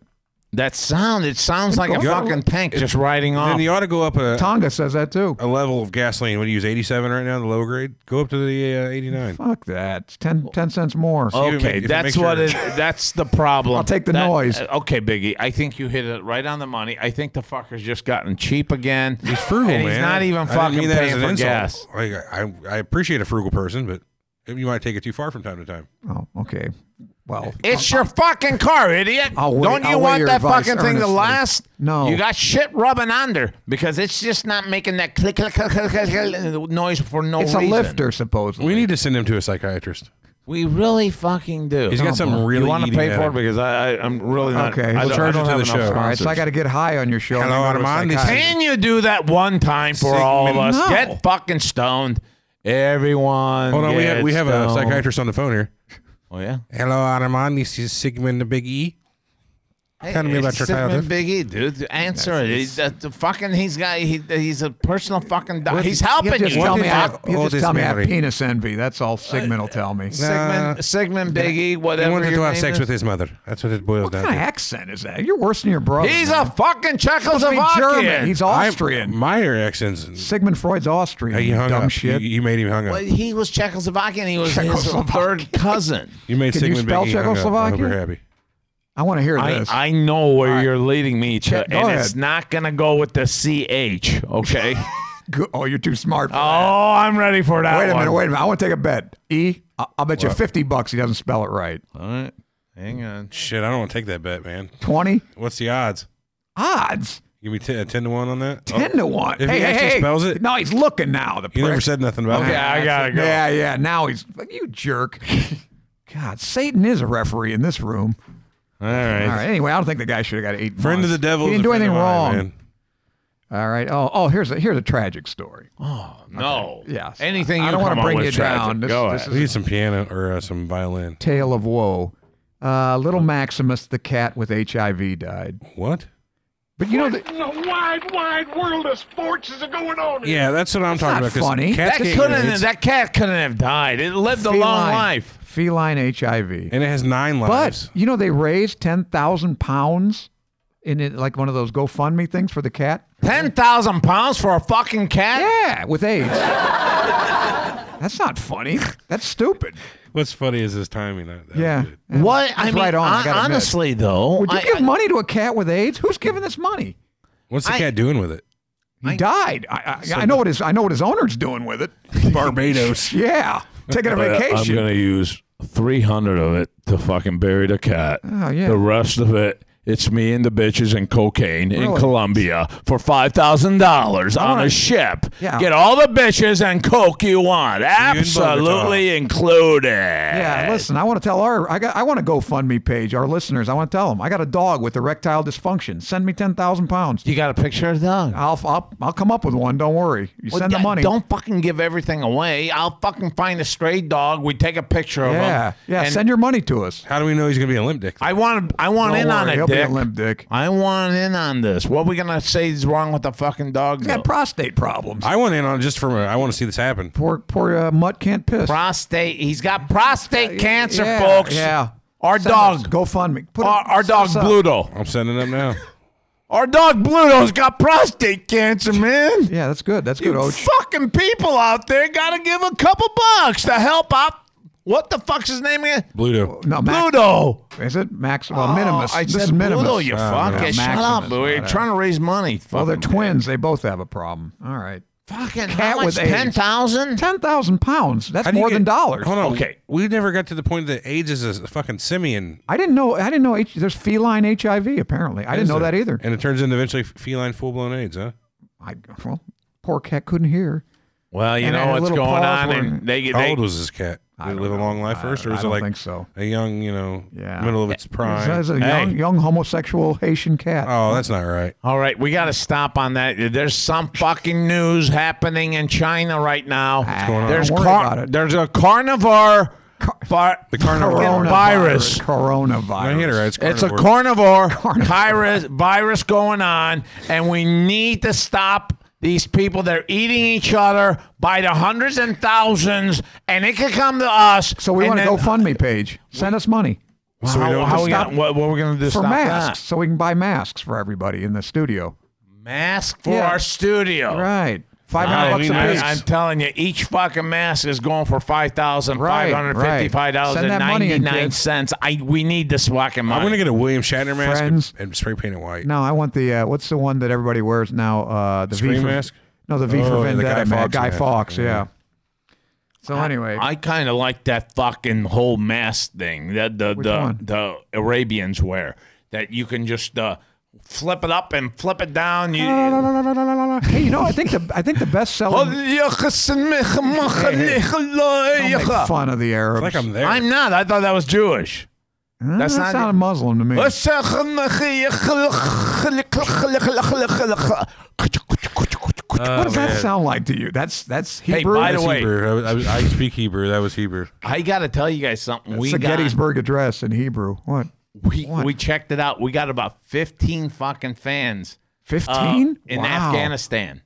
S3: That sound. It sounds like a
S6: goes up.
S3: fucking tank just riding
S5: Then
S3: off.
S5: you ought to go up a,
S6: Tonga says that too.
S5: a level of gasoline. What do you use? 87 right now, the low grade? Go up to the uh, 89.
S6: Fuck that. It's 10, 10 cents more.
S5: you make-
S3: Okay,
S5: if it
S3: that's
S5: makes
S3: what
S5: your-
S3: it, that's the problem.
S6: I'll take the
S3: That-
S6: noise.
S3: uh, Okay, Biggie, I think you hit it right on the money. I think the fucker's just gotten cheap again. He's
S5: Frugal,
S3: and
S5: man.
S3: He's not even
S5: I didn't
S3: fucking
S5: mean that as
S3: paying
S5: an
S3: for
S5: insult.
S3: gas.
S5: Like, I, I appreciate a frugal person, but you might take it too far from time to time.
S6: Oh, okay. Well,
S3: It's your fucking car, idiot.
S6: I'll wait-
S3: Don't you
S6: I'll wait
S3: want
S6: your
S3: that
S6: advice
S3: fucking thing to
S6: earnestly.
S3: last?
S6: No.
S3: You got shit rubbing under because it's just not making that click, click, click, click, click, click noise for no
S6: it's a
S3: reason.
S6: lifter, supposedly.
S5: We need to send him to a psychiatrist.
S3: We really fucking do.
S5: He's got something really
S3: you want to
S5: eating
S3: pay
S5: at
S3: for it
S5: him.
S3: because I, I, I'm really not.
S6: Okay.
S3: I
S6: We'll
S3: don't,
S5: charge
S3: I
S5: it
S3: don't
S5: to
S3: have
S5: the
S3: enough
S5: show. All
S6: All
S5: right,
S6: right,
S3: sponsors.
S6: so I got to get high on your show. and
S5: Hello,
S6: then go to a
S5: Armand. This is-
S6: psychiatrist.
S3: Can you do that one time for all of us?
S6: No.
S3: Get fucking stoned. Everyone.
S5: Hold on, we have,
S3: gets
S5: we have a
S3: stoned.
S5: psychiatrist on the phone here.
S3: Oh, yeah.
S5: Hello, Armand. This is Sigmund the Big E. Tell me
S3: Hey,
S5: about your
S3: Sigmund
S5: childhood.
S3: Big E, dude. Answer it. He's a, the fucking. He's got. He, he's a personal fucking. doc- he's helping
S6: You'll
S3: you.
S6: just tell me, I have,
S5: all
S6: you'll just
S5: this
S6: tell me I have
S5: memory?
S6: penis envy. That's all Sigmund will tell me.
S3: Sigmund, Sigmund Big E,
S5: He
S3: whatever.
S5: wanted
S3: your
S5: to have
S3: name
S5: sex
S3: is.
S5: with his mother. That's what it boils
S6: What
S5: down
S6: kind of
S5: to.
S6: accent is that? You're worse than your brother.
S3: He's
S6: man.
S3: a fucking
S6: Supposed to be German.
S3: Czechoslovakian.
S6: He's
S5: I'm-
S6: Austrian.
S5: my accents.
S6: Sigmund Freud's Austrian.
S5: Hey, you
S6: you
S5: hung
S6: dumb
S5: up.
S6: shit.
S5: You, you made him hung up.
S3: But he was Czechoslovakian. He was his
S6: Czechoslovakian.
S3: third cousin.
S5: You made
S6: Can you
S5: Sigmund
S6: spell
S5: Big E hung up. I hope
S6: Czechoslovakia?
S5: you're happy.
S6: I want to hear
S3: I,
S6: this.
S3: I know where you're leading me to,
S6: Check-
S3: and
S6: go
S3: it's
S6: ahead.
S3: not gonna go with the ch. Okay.
S6: Go- oh, you're too smart. For
S3: oh,
S6: that.
S3: I'm ready for that.
S6: wait a
S3: one.
S6: minute. Wait a minute. I want to take a bet. E. I- I'll bet you fifty bucks he doesn't spell it right.
S3: All right, hang on.
S5: Shit, I don't want to take that bet, man.
S6: Twenty
S5: What's the odds?
S6: odds.
S5: Give me t- a 10 to 1 on that?
S6: Ten to one.
S5: Oh. If
S6: hey,
S5: he
S6: hey,
S5: actually
S6: hey.
S5: spells it?
S6: No, he's looking now. The
S5: You never
S6: prick.
S5: said nothing about
S3: Okay,
S5: it.
S3: I gotta go.
S6: Yeah, yeah. Now he's you jerk. God, Satan is a referee in this room.
S3: All right.
S6: All right. Anyway, I don't think the guy should have got eight.
S5: Friend of
S6: months.
S5: the devil.
S6: He
S5: is
S6: didn't do
S5: a friend
S6: anything
S5: of mine,
S6: wrong.
S5: man.
S6: All right. Oh, oh, here's a here's a tragic story.
S3: Oh, No.
S6: Yes.
S3: Anything
S6: I
S3: you
S6: don't wanna
S3: want to
S6: bring you down. This-
S3: Go
S6: this
S3: ahead.
S5: We need some piano or uh, some violin.
S6: Tale of woe. Uh, little Maximus the cat with HIV died.
S5: What?
S6: But you know, the,
S5: Yeah, that's what I'm talking
S6: not
S5: about. 'cause
S6: funny.
S5: Cats
S3: that,
S5: get
S3: couldn't,
S5: AIDS,
S3: that cat couldn't have died. It lived a long life.
S6: Feline HIV.
S5: and it has nine lives.
S6: But you know, they raised ten thousand pounds in it, like one of those GoFundMe things for the cat.
S3: 10,000 pounds for a fucking cat?
S6: Yeah, with AIDS. That's not funny. That's stupid.
S5: What's funny is his timing. That, that was
S6: Yeah.
S5: good.
S3: What? I
S6: He's
S3: mean,
S6: right on, I
S3: hon-
S6: gotta admit.
S3: honestly, though.
S6: Would you
S3: I-
S6: give
S3: I-
S6: money to a cat with AIDS? Who's giving this money?
S5: What's the
S3: I-
S5: cat doing with it?
S6: He died. I, I, I know what his I know what his owner's doing with it.
S5: Barbados.
S6: Yeah, taking a vacation.
S3: I'm going to use 300 of it to fucking bury the cat.
S6: Oh, yeah.
S3: The rest of it, it's me and the bitches and cocaine in
S6: Really?
S3: Colombia for $5,000 on a ship.
S6: Yeah.
S3: Get all the bitches and coke you want.
S5: Bogota.
S3: Absolutely included.
S6: Yeah, listen, I want to tell our I got I want a GoFundMe page. Our listeners, I want to tell them I got a dog with erectile dysfunction. Send me ten thousand pounds.
S3: You got a picture of the dog?
S6: I'll, I'll I'll come up with one. Don't worry. You
S3: Well,
S6: send the
S3: d-
S6: money.
S3: Don't fucking give everything away. I'll fucking find a stray dog. We take a picture of him.
S6: yeah, yeah.
S3: and
S6: send your money to us.
S5: How do we know he's gonna be a limp dick?
S3: I want. I want
S6: Don't
S3: in on
S6: worry,
S3: it,
S6: he'll be a
S3: Dick.
S6: limp dick.
S3: I want in on this. What we gonna say is wrong with the fucking dog?
S6: He's got
S3: though?
S6: prostate problems.
S5: I want in on just from. A, I want to see this happen.
S6: poor poor uh, mutt can't piss.
S3: prostate. He's got prostate cancer,
S6: yeah,
S3: folks.
S6: Yeah.
S3: Our
S6: Send us
S3: dog.
S6: GoFundMe. Put
S3: Our,
S6: it-
S3: our
S6: set
S3: dog
S6: us up.
S3: Bluto.
S5: I'm sending up now.
S3: Our dog Bluto's got prostate cancer, man.
S6: Yeah, that's good. That's good.
S3: You
S6: Oach.
S3: fucking people out there gotta give a couple bucks to help out. What the fuck's his name again?
S5: Bluto.
S6: No, Max,
S3: Bluto. Oh,
S6: is it Max? Well, Minimus.
S3: I
S6: this
S3: said
S6: is Minimus. Oh,
S3: Pluto, you fuck
S6: yeah,
S3: it. Shut
S6: Maximus,
S3: up. We're
S6: whatever.
S3: trying to raise money.
S6: Well, they're
S3: Fucking man.
S6: twins. They both have a problem. All right.
S3: Fucking
S6: Cat
S3: how much?
S6: with AIDS.
S3: Ten thousand?
S6: Ten thousand pounds. That's
S5: How do you
S6: more
S5: get-
S6: than dollars.
S5: Hold on.
S3: Okay.
S5: We never got to the point that AIDS is a fucking simian.
S6: I didn't know. I didn't know. H, there's feline HIV. Apparently, I didn't know that either.
S5: And it turns into eventually feline full blown AIDS, huh?
S6: I, well, poor cat couldn't hear.
S3: Well, you
S6: And I
S3: know
S6: had a
S3: what's
S6: little
S3: going
S6: pause
S3: on,
S6: where-
S3: and they get
S5: How
S3: they,
S5: old was this cat? Did it live a long life first, or
S6: I
S5: was it
S6: don't
S5: like
S6: think so.
S5: a young, you know,
S6: Yeah.
S5: middle of its prime?
S6: This is a
S3: Hey.
S6: young, young homosexual Haitian cat.
S5: oh, that's not right.
S3: All right, we got to stop on that. There's some fucking news happening in China right now.
S6: going on?
S3: There's
S6: Don't worry
S3: car-
S6: about it.
S3: there's a carnivore Bar-
S5: The carnivore.
S3: virus.
S5: I
S6: Coronavirus.
S5: hit her. right? It's,
S3: It's a
S5: carnivore.
S3: carnivore virus, virus going on, and we need to stop these people that are eating each other by the hundreds and thousands, and it could come to us.
S6: So we
S3: and
S6: want a
S3: then-
S6: GoFundMe page. Send us money
S3: So how, how we
S6: stop-
S3: gonna, what, what we're going to do?
S6: for
S3: stop
S6: masks,
S3: that?
S6: so we can buy masks for everybody in the studio.
S3: Mask for
S6: Yeah.
S3: our studio.
S6: Right. Five
S3: Oh. I
S6: hundred bucks
S3: mean, I,
S6: a piece.
S3: am telling you, each fucking mask is going for five thousand five hundred fifty-five dollars
S6: Send that money in,
S3: ninety-nine
S6: kids.
S3: cents. I we need this fucking money.
S5: I'm gonna get a William Shatner mask
S6: Friends.
S5: and, and spray paint it white.
S6: No, I want the uh, what's the one that everybody wears now? Uh, the V
S5: Scream
S6: for,
S5: mask?
S6: No, the V
S5: Oh,
S6: for
S5: the
S6: Vendetta.
S5: Guy
S6: man.
S5: Fawkes
S6: Guy
S5: mask.
S6: Fawkes. Yeah.
S5: Yeah.
S6: So anyway,
S3: I kind of like that fucking whole mask thing that the the,
S6: one?
S3: the Arabians wear that you can just uh, flip it up and flip it down. You,
S6: hey, you know, I think the I think the best
S3: Oh,
S6: selling. Don't make
S3: I'm
S6: fun of the Arabs.
S5: Like I'm there.
S3: not. I thought that was Jewish.
S6: Huh?
S3: that's
S6: that
S3: not-
S6: sounded Muslim to me. what
S3: Oh,
S6: does that sound like to you? That's that's
S3: Hey,
S6: Hebrew.
S3: by the
S5: That's
S3: way-
S5: Hebrew. I, was- I, was- I speak Hebrew. That was Hebrew.
S3: I got to tell you guys something.
S6: it's
S3: We
S6: the
S3: got,
S6: Gettysburg Address in Hebrew. What?
S3: we,
S6: What?
S3: we checked it out. We got about 15 fucking fans. uh,
S6: Fifteen
S3: in
S6: Wow.
S3: Afghanistan.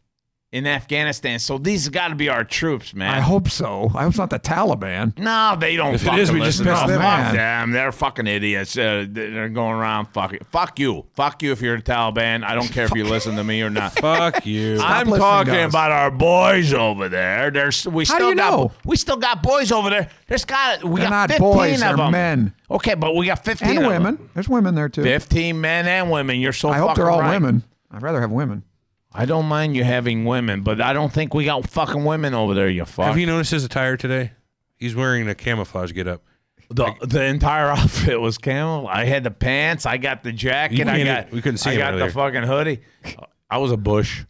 S3: In Afghanistan. So these got to be our troops, man.
S6: I hope so. I hope it's not the Taliban.
S3: No, they don't.
S5: If it
S3: fucking
S5: is, we just
S3: listen.
S5: piss
S3: no,
S6: them
S3: fuck
S6: off.
S3: them. They're fucking idiots. Uh, they're going around fucking. Fuck you. Fuck you if you're a Taliban. I don't care if you listen to me or not.
S5: Fuck you.
S3: I'm
S6: listening
S3: talking
S6: to us.
S3: about our boys over there. There's we
S6: How
S3: still
S6: do you
S3: got
S6: know?
S3: we still got boys over there. There's got we
S6: They're
S3: got
S6: not
S3: 15
S6: boys,
S3: of
S6: they're
S3: them.
S6: men.
S3: Okay, but we got 15
S6: And
S3: of 'em.
S6: women. There's women there too.
S3: 15 men and women. You're so
S6: I hope
S3: fucking
S6: they're all
S3: right.
S6: women. I'd rather have women.
S3: I don't mind you having women, but I don't think we got fucking women over there. You fuck.
S5: Have you noticed his attire today? He's wearing a camouflage getup.
S3: The, the entire outfit was camel. I had the pants. I got the
S5: You
S3: jacket. I
S5: can't-
S3: got.
S5: we couldn't see
S3: I
S5: him
S3: got the
S5: earlier.
S3: fucking hoodie. I was a bush.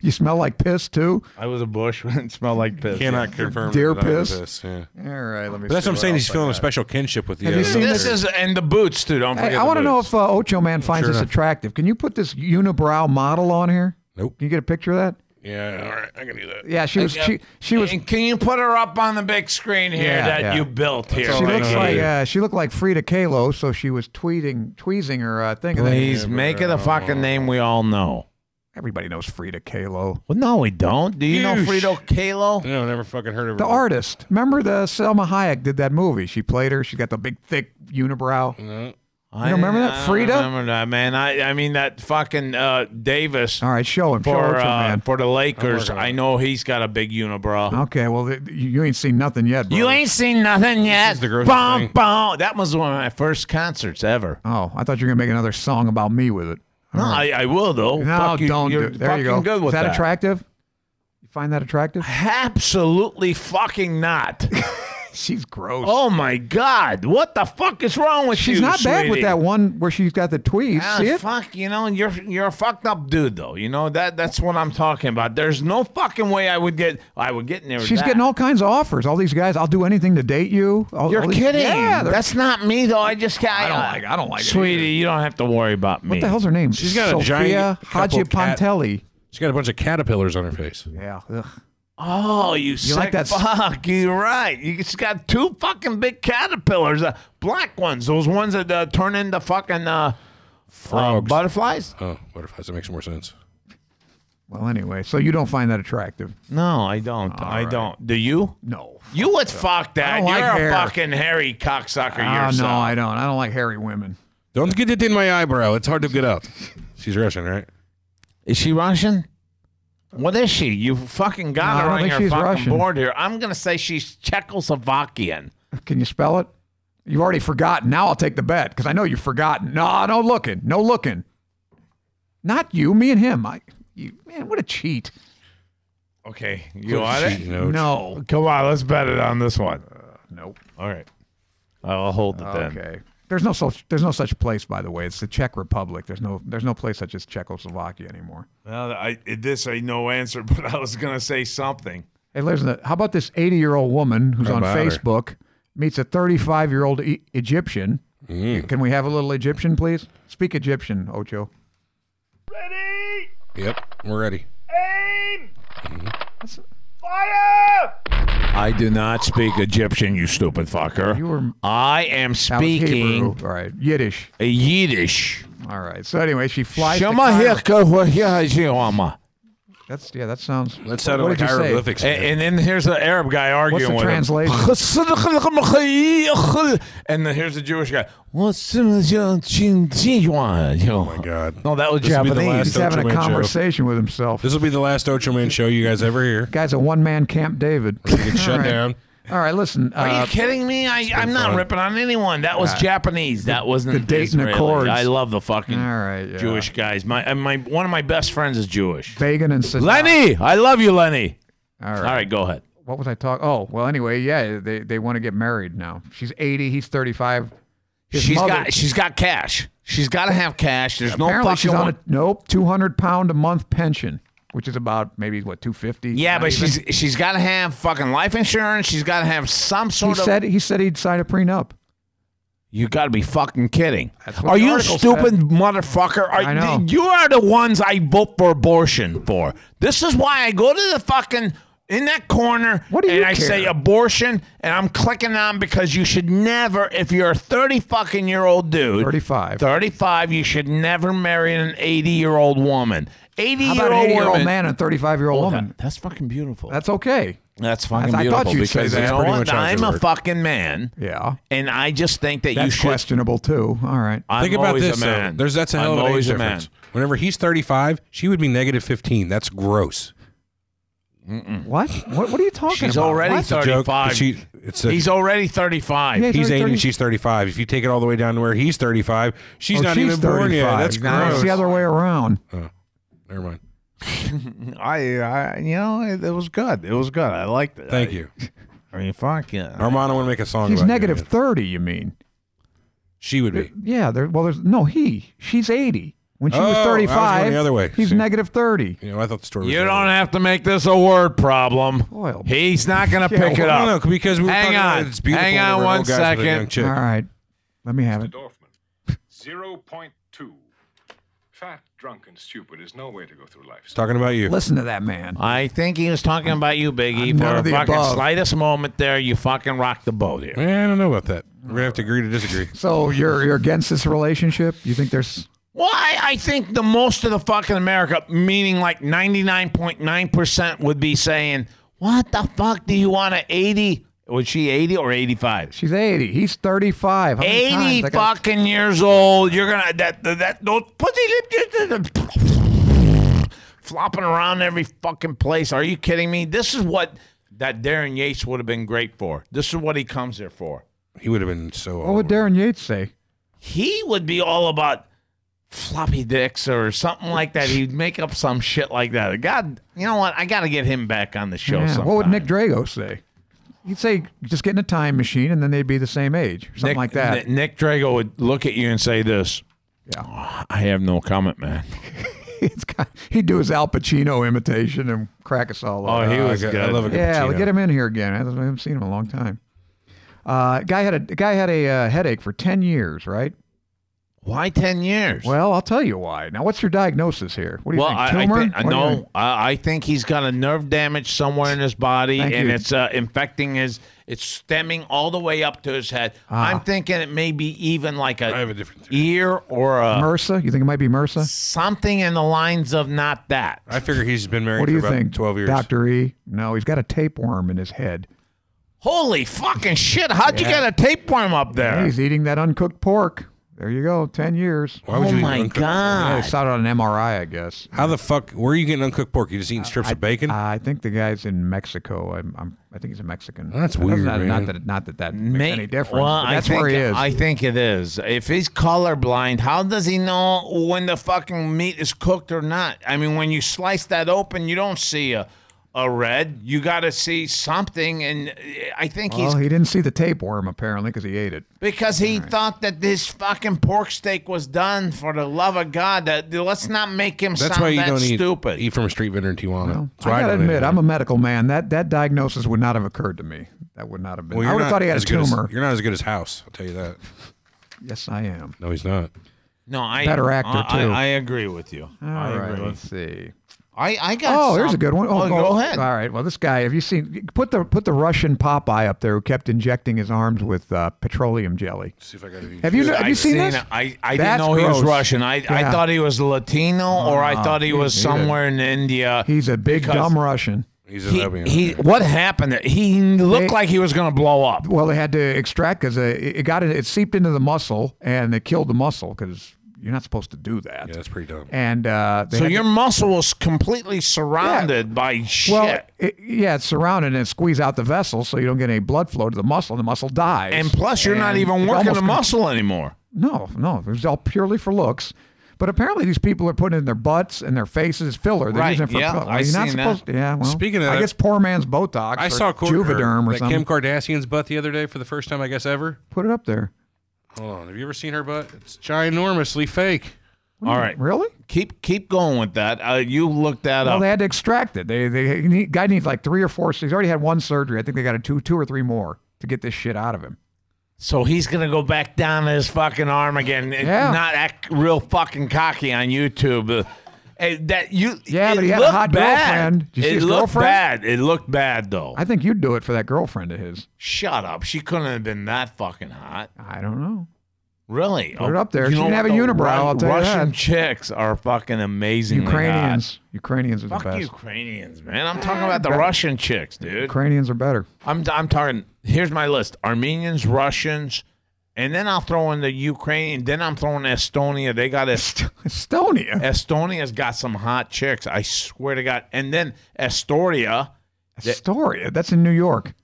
S6: You smell like piss too.
S3: I was a bush. it smelled like piss.
S5: Cannot confirm.
S6: Deer
S5: that I'm
S6: piss?
S5: this, yeah.
S6: All right, let me.
S5: But that's what I'm saying. He's feeling a special kinship with the.
S6: Have you
S5: other
S6: seen
S3: This
S5: military.
S3: is and the boots too. Don't forget.
S6: Hey, I want to know if uh, Ocho Man finds
S5: Sure
S6: this
S5: enough.
S6: attractive. Can you put this unibrow model on here?
S5: Nope.
S6: Can you get a picture of that?
S5: Yeah. All right. I can do that.
S6: Yeah, she was. She she was. She
S3: And can you put her up on the big screen here
S6: Yeah,
S3: that
S6: yeah.
S3: you built here?
S5: all I
S3: Big
S6: looks
S5: know.
S6: like
S3: Katie?
S6: uh, she looked like Frida Kahlo, so she was tweeting tweezing her uh, thing. and then-
S3: Please make it a fucking name we all know.
S6: Everybody knows Frida Kahlo,
S3: Well, no, we don't. Do you know
S5: Huge.
S3: Frito Kahlo?
S5: No, never fucking heard of
S6: the
S5: her.
S6: artist. Remember the Selma Hayek did that movie. She played her. She got the big thick unibrow.
S3: Mm-hmm. I
S6: don't remember that?
S3: I don't
S6: Frida?
S3: remember that man. I I mean that fucking uh, Davis.
S6: All right, show him. Show
S3: for
S6: Ocho
S3: uh,
S6: Man.
S3: for the Lakers. I know he's got a big unibrow.
S6: Okay, well th- you ain't seen nothing yet. Bro.
S3: You ain't seen nothing yet.
S5: is the grossest
S3: Bum,
S5: thing.
S3: bum. That was one of my first concerts ever.
S6: Oh, I thought you were gonna make another song about me with it.
S3: No, I, I will though.
S6: No,
S3: Fuck you,
S6: don't.
S3: You're
S6: do it. There
S3: fucking
S6: you go.
S3: good with
S6: Is that,
S3: that.
S6: attractive? You find that attractive?
S3: Absolutely fucking not.
S6: She's gross.
S3: oh my god, what the fuck is wrong with you?
S6: she's not bad with
S3: sweetie?
S6: that one where she's got the tweeds.
S3: Ah,
S6: See it?
S3: fuck, you know, you're you're a fucked up dude though. You know that that's what I'm talking about. There's no fucking way I would get I would get near.
S6: She's
S3: that.
S6: getting all kinds of offers. All these guys, I'll do anything to date you. All-
S3: You're
S6: all these-
S3: kidding.
S6: Yeah, they're-
S3: That's not me though. I just can't.
S6: I don't like- I don't like it
S3: Sweetie, you don't have to worry about me.
S6: what the hell's her name?
S5: She's got a
S6: Sophia
S5: giant couple cat-
S6: Hajipantelli.
S5: She's got a bunch of caterpillars on her face.
S6: Yeah. ugh.
S3: Oh, you, sick
S6: like that s-
S3: fuck. You're right. You just got two fucking big caterpillars, uh, black ones. Those ones that uh, turn into fucking uh,
S5: Frogs.
S3: butterflies.
S5: oh, butterflies. That makes more sense.
S6: Well, anyway, so you don't find that attractive?
S3: No, I don't. I don't. Do you?
S6: No.
S3: You would fuck that.
S6: don't
S3: You're
S6: like
S3: a
S6: hair.
S3: fucking hairy cocksucker
S6: Oh,
S3: yourself.
S6: no, I don't. I don't like hairy women.
S5: Don't get it in my eyebrow. It's hard to get out. She's Russian, right?
S3: Is she Russian? What is she? You fucking got
S6: No, I
S3: her
S6: don't
S3: on
S6: think
S3: your
S6: she's
S3: fucking
S6: Russian.
S3: board here. I'm gonna say she's Czechoslovakian.
S6: Can you spell it? You've already forgotten. Now I'll take the bet because I know you've forgotten. No, no looking. No looking. Not you, me and him. I, you, man, what a cheat.
S3: Okay, you want
S5: She-
S3: it?
S5: No.
S6: No.
S3: Come on, let's bet it on this one.
S6: Nope.
S3: All right, I'll hold it then.
S6: Okay. There's no such there's no such place by the way. It's the Czech Republic. There's no there's no place such as Czechoslovakia anymore.
S3: Well, I, this ain't no answer, but I was gonna say something.
S6: Hey, listen. How about this 80 year old woman who's on
S5: about her?
S6: Facebook meets a 35 year old e- Egyptian?
S3: Mm.
S6: Can we have a little Egyptian, please? Speak Egyptian, Ocho.
S5: Yep. We're ready.
S7: Aim! Fire!
S3: I do not speak Egyptian, you stupid fucker.
S6: You were-
S3: I am
S6: That was
S3: speaking
S6: Hebrew. All right. Yiddish.
S3: a Yiddish.
S6: All right. So anyway, she flies. to
S3: Shema
S6: Cairo.
S3: hirka wa hirajiyama.
S6: That's yeah. That sounds.
S5: That sounded
S6: What
S5: like
S6: did you say?
S5: hieroglyphics.
S3: A-
S5: man.
S3: And, then here's the Arab guy
S6: What's
S3: arguing
S6: the
S3: with
S6: translation?
S3: him. And then here's the Jewish guy. What's the-
S5: oh my god.
S3: No, that was
S5: This will be the
S3: Japanese.
S6: He's having a
S5: Ocho Man show.
S6: conversation with himself.
S5: This will be the last Ocho Man show you guys ever hear.
S6: guy's a one-man camp, David.
S5: Get shut down.
S6: All right. Listen.
S3: Are
S6: uh,
S3: you kidding me? I, I'm not
S5: fun.
S3: ripping on anyone. That was Japanese. That wasn't
S6: the Dayton
S3: Israeli.
S6: Accords.
S3: I love the fucking
S6: All right, yeah.
S3: Jewish guys. My and my one of my best friends is Jewish.
S6: Fagan and Sadat.
S3: Lenny, I love you, Lenny.
S6: All right.
S3: All right, go ahead.
S6: What was I talking? Oh, well. Anyway, yeah. They they want to get married now. She's 80. He's 35. His
S3: She's
S6: mother-
S3: got she's got cash. She's got to have cash. There's no
S6: Apparently
S3: fucking
S6: she's on
S3: one-
S6: a nope 200 pound a month pension, which is about maybe what 250.
S3: Yeah,
S6: not
S3: but
S6: even.
S3: she's she's got to have fucking life insurance. She's got to have some
S6: he
S3: sort of.
S6: said he said he'd sign a prenup.
S3: you got to be fucking kidding.
S6: That's what
S3: Are
S6: the
S3: you
S6: article
S3: stupid
S6: said.
S3: motherfucker? Are,
S6: I know.
S3: You are the ones I vote for abortion for. This is why I go to the fucking in that corner
S6: What do
S3: and
S6: you
S3: I say
S6: care?
S3: abortion and I'm clicking on because you should never if you're a 30 fucking year old dude
S6: 35.
S3: 35 you should never marry an 80 year old woman. 80
S6: How
S3: year
S6: about an
S3: old
S6: 80 year old
S3: woman.
S6: man and 35 year old
S3: Oh, that-
S6: woman?
S3: that's fucking beautiful.
S6: That's okay.
S3: That's fucking
S6: I
S3: beautiful.
S6: thought you'd say
S3: because
S6: that.
S3: you know
S5: Pretty
S3: what?
S5: much how it
S3: I'm a
S5: worked.
S3: fucking man,
S6: Yeah,
S3: and I just think that you
S6: that's
S3: should.
S6: questionable too. All right.
S3: I'm
S5: Think about
S3: always
S5: this.
S3: a
S5: though.
S3: man.
S5: There's that's a hell
S3: I'm
S5: of an age
S3: always a man.
S5: difference. Whenever he's 35, she would be negative 15. That's gross.
S6: What? What? What are you talking
S3: She's
S6: about?
S3: already
S6: What?
S5: a joke,
S3: 35.
S5: but she- it's a-
S3: He's already 35.
S6: Yeah,
S5: He's 80
S6: 30.
S5: and she's 35. If you take it all the way down to where he's 35, she's
S6: Oh,
S5: not
S6: she's
S5: even born yet.
S6: 35.
S5: That's
S6: No,
S5: gross.
S6: It's the other way around.
S5: Never mind.
S3: I, I, you know, it, it was good. It was good. I liked it.
S5: Thank you.
S3: I mean, fuck yeah.
S5: Armando, I want to make a song
S6: He's
S5: about you,
S6: negative
S5: man.
S6: 30. You mean?
S5: She would be.
S6: Yeah. There. Well, there's no he. She's 80. When she was
S5: Oh, I was going
S6: 35,
S5: the other way.
S6: he's
S5: See.
S6: negative 30.
S5: You know, I thought the story was
S3: You
S5: the
S3: don't
S5: other way.
S3: have to make this a word problem.
S6: Boy, oh-
S3: He's not going to pick
S6: well,
S3: it
S5: I
S3: up.
S5: don't know, because we were
S3: Hang
S5: talking
S3: on.
S5: about it's beautiful.
S3: Hang on
S5: whenever
S3: one
S5: old guys with a
S3: second.
S5: young chick.
S6: All right. Let me have it.
S7: Dorfman. 0.2. Fat, drunk, and stupid is no way to go through life.
S5: It's talking about you.
S6: Listen to that man.
S3: I think he was talking about you, Biggie.
S6: None
S3: For a
S6: of the
S3: fucking
S6: above.
S3: slightest moment there, you fucking rocked the boat here.
S5: Man, I don't know about that. We're gonna have to agree to disagree.
S6: So you're you're against this relationship? You think there's
S3: Well, I, I think the most of the fucking America, meaning like 99.9%, would be saying, What the fuck do you want a 80? Was she 80 or 85?
S6: she's 80, he's 35. How many
S3: 80
S6: times I gotta-
S3: fucking years old. You're gonna, that, that, that those pussy lips uh, flopping around every fucking place. Are you kidding me? This is what that Darren Yates would have been great for. This is what he comes here for.
S5: He would have been so.
S6: What would Darren Yates say?
S3: he would be all about floppy dicks or something like that. He'd make up some shit like that. God, you know what? I got to get him back on the show.
S6: Yeah,
S3: sometime.
S6: What would Nick Drago say? He'd say just get in a time machine and then they'd be the same age, or something
S3: Nick-
S6: like that.
S3: Nick, Nick Drago would look at you and say this. Yeah. I have no comment, man.
S6: It's kind he'd do his Al Pacino imitation and crack us all up.
S3: Oh, he
S5: I
S3: was
S5: got-
S3: good.
S5: I love a good
S6: yeah, we
S5: Pacino.
S6: get him in here again. I haven't seen him in a long time. Uh, guy had a guy had a uh, headache for 10 years, right?
S3: Why 10 years?
S6: Well, I'll tell you why. Now, what's your diagnosis here? What do you
S3: Well,
S6: think?
S3: I, I
S6: Tumor?
S3: think I
S6: What do you think?
S3: know. I, I think he's got a nerve damage somewhere in his body,
S6: Thank
S3: and
S6: you.
S3: it's uh, infecting his. It's stemming all the way up to his head. I'm thinking it may be even like a,
S5: Ah. I have a different theory.
S3: ear or a
S6: MRSA? You think it might be MRSA?
S3: something in the lines of not that.
S5: I figure he's been married
S6: What do
S5: for
S6: you
S5: about
S6: think?
S5: 12 years.
S6: Dr. E? No, he's got a tapeworm in his head.
S3: Holy fucking shit! How'd you get a tapeworm up there?
S6: He's eating that uncooked pork. There you go, 10 years.
S5: Why would
S3: oh
S5: you eat
S3: my
S5: uncooked-
S6: I
S3: god!
S6: saw it on an MRI, I guess.
S5: How the fuck? Where are you getting uncooked pork? You just eating strips of bacon?
S6: Uh, I think the guy's in Mexico. I'm, I'm, I think he's a Mexican.
S5: That's
S6: That doesn't-
S5: weird,
S6: Not,
S5: man.
S6: that, not that that
S3: Ma-
S6: makes any difference.
S3: Well,
S6: but that's
S3: I think,
S6: where he is.
S3: I think it is. If he's colorblind, how does he know when the fucking meat is cooked or not? I mean, when you slice that open, you don't see a a red. You got to see something, and uh, I think
S6: well,
S3: he's
S6: he didn't see the tapeworm, apparently, because he ate it.
S3: because he thought that this fucking pork steak was done for the love of God. That let's not make him
S5: That's
S3: sound
S5: why you
S3: that
S5: don't eat,
S3: stupid.
S5: eat from a street vendor in Tijuana. That's why
S6: I gotta
S5: don't
S6: admit,
S5: eat.
S6: I'm a medical man. That that diagnosis would not have occurred to me. That would not have been.
S5: Well,
S6: I
S5: you're
S6: would have
S5: not
S6: thought he had a
S5: as good as-
S6: tumor.
S5: you're not as good as House. I'll tell you that.
S6: yes, I am.
S5: No, he's not.
S3: No, I
S6: Better actor,
S3: I,
S6: too.
S3: I, I agree with you. I
S6: All right,
S3: agree.
S6: let's see.
S3: I, I got.
S6: Oh,
S3: some-
S6: there's a good one.
S3: Oh, go ahead.
S6: All right. Well, this guy, have you seen? Put the put the Russian Popeye up there who kept injecting his arms with uh, petroleum jelly.
S5: See if I got any.
S6: Have you have you
S3: I've
S6: seen, this?
S3: it. I, I didn't
S6: That's
S3: know he was
S6: gross.
S3: Russian. I, I
S6: Yeah.
S3: thought he was Latino, or I thought he was
S6: he- he
S3: somewhere in India.
S6: He's a big
S3: Because-
S6: dumb Russian.
S5: He's
S3: He,
S5: an
S3: he- what happened? There? He looked
S6: They-
S3: like he was going to blow up.
S6: Well, they had to extract because it it got it, it seeped into the muscle and they killed the muscle because you're not supposed to do that.
S5: Yeah, that's pretty dumb.
S6: And uh, they
S3: So
S6: had to-
S3: your muscle was completely surrounded by shit.
S6: well, it, yeah, it's surrounded and it squeeze out the vessel so you don't get any blood flow to the muscle and the muscle dies.
S3: and plus, you're not
S6: And
S3: even
S6: it's
S3: working
S6: almost
S3: the
S6: com-
S3: muscle anymore.
S6: No, no, it was all purely for looks. But apparently, these people are putting in their butts and their faces filler. They're
S3: Right,
S6: using it for
S3: yeah,
S6: filler.
S3: I
S6: You're not
S3: seen that.
S6: supposed to- yeah. Well,
S5: Speaking of
S6: I
S5: that-
S6: guess poor man's Botox.
S5: I
S6: or
S5: saw Cor-
S6: Juvederm
S5: or
S6: or
S5: that
S6: something.
S5: Kim Kardashian's butt the other day for the first time, I guess ever.
S6: Put it up there.
S5: Hold on, have you ever seen her butt? It's ginormously fake.
S3: All right,
S6: Really?
S3: keep keep going with that. Uh, you looked that
S6: Well,
S3: up.
S6: they had to extract it. They they he need, guy needs like three or four. He's already had one surgery. I think they got a two two or three more to get this shit out of him.
S3: So he's gonna go back down to his fucking arm again, and
S6: Yeah.
S3: not act real fucking cocky on YouTube. Uh, eh, that you,
S6: Yeah,
S3: it
S6: but he had a
S3: looked
S6: hot
S3: bad.
S6: girlfriend. Did you see
S3: it
S6: his
S3: looked
S6: girlfriend?
S3: bad. It looked bad though.
S6: I think you'd do it for that girlfriend of his.
S3: Shut up. She couldn't have been that fucking hot.
S6: I don't know.
S3: Really? Oh,
S6: Put it up there. She
S3: know
S6: didn't have a
S3: what, though?
S6: unibrow,
S3: Ru-
S6: I'll tell you
S3: Russian
S6: that.
S3: chicks are fucking amazing.
S6: Ukrainians, Oh Ukrainians are the
S3: Fuck
S6: best.
S3: Ukrainians, man. I'm talking about the Russian chicks, dude.
S6: Ukrainians are better.
S3: I'm I'm talking. Here's my list: Armenians, Russians, and then I'll throw in the Ukraine. Then I'm throwing Estonia. They got Est-
S6: Estonia.
S3: Estonia's got some hot chicks. I swear to God. And then Astoria.
S6: Astoria. That's in New York.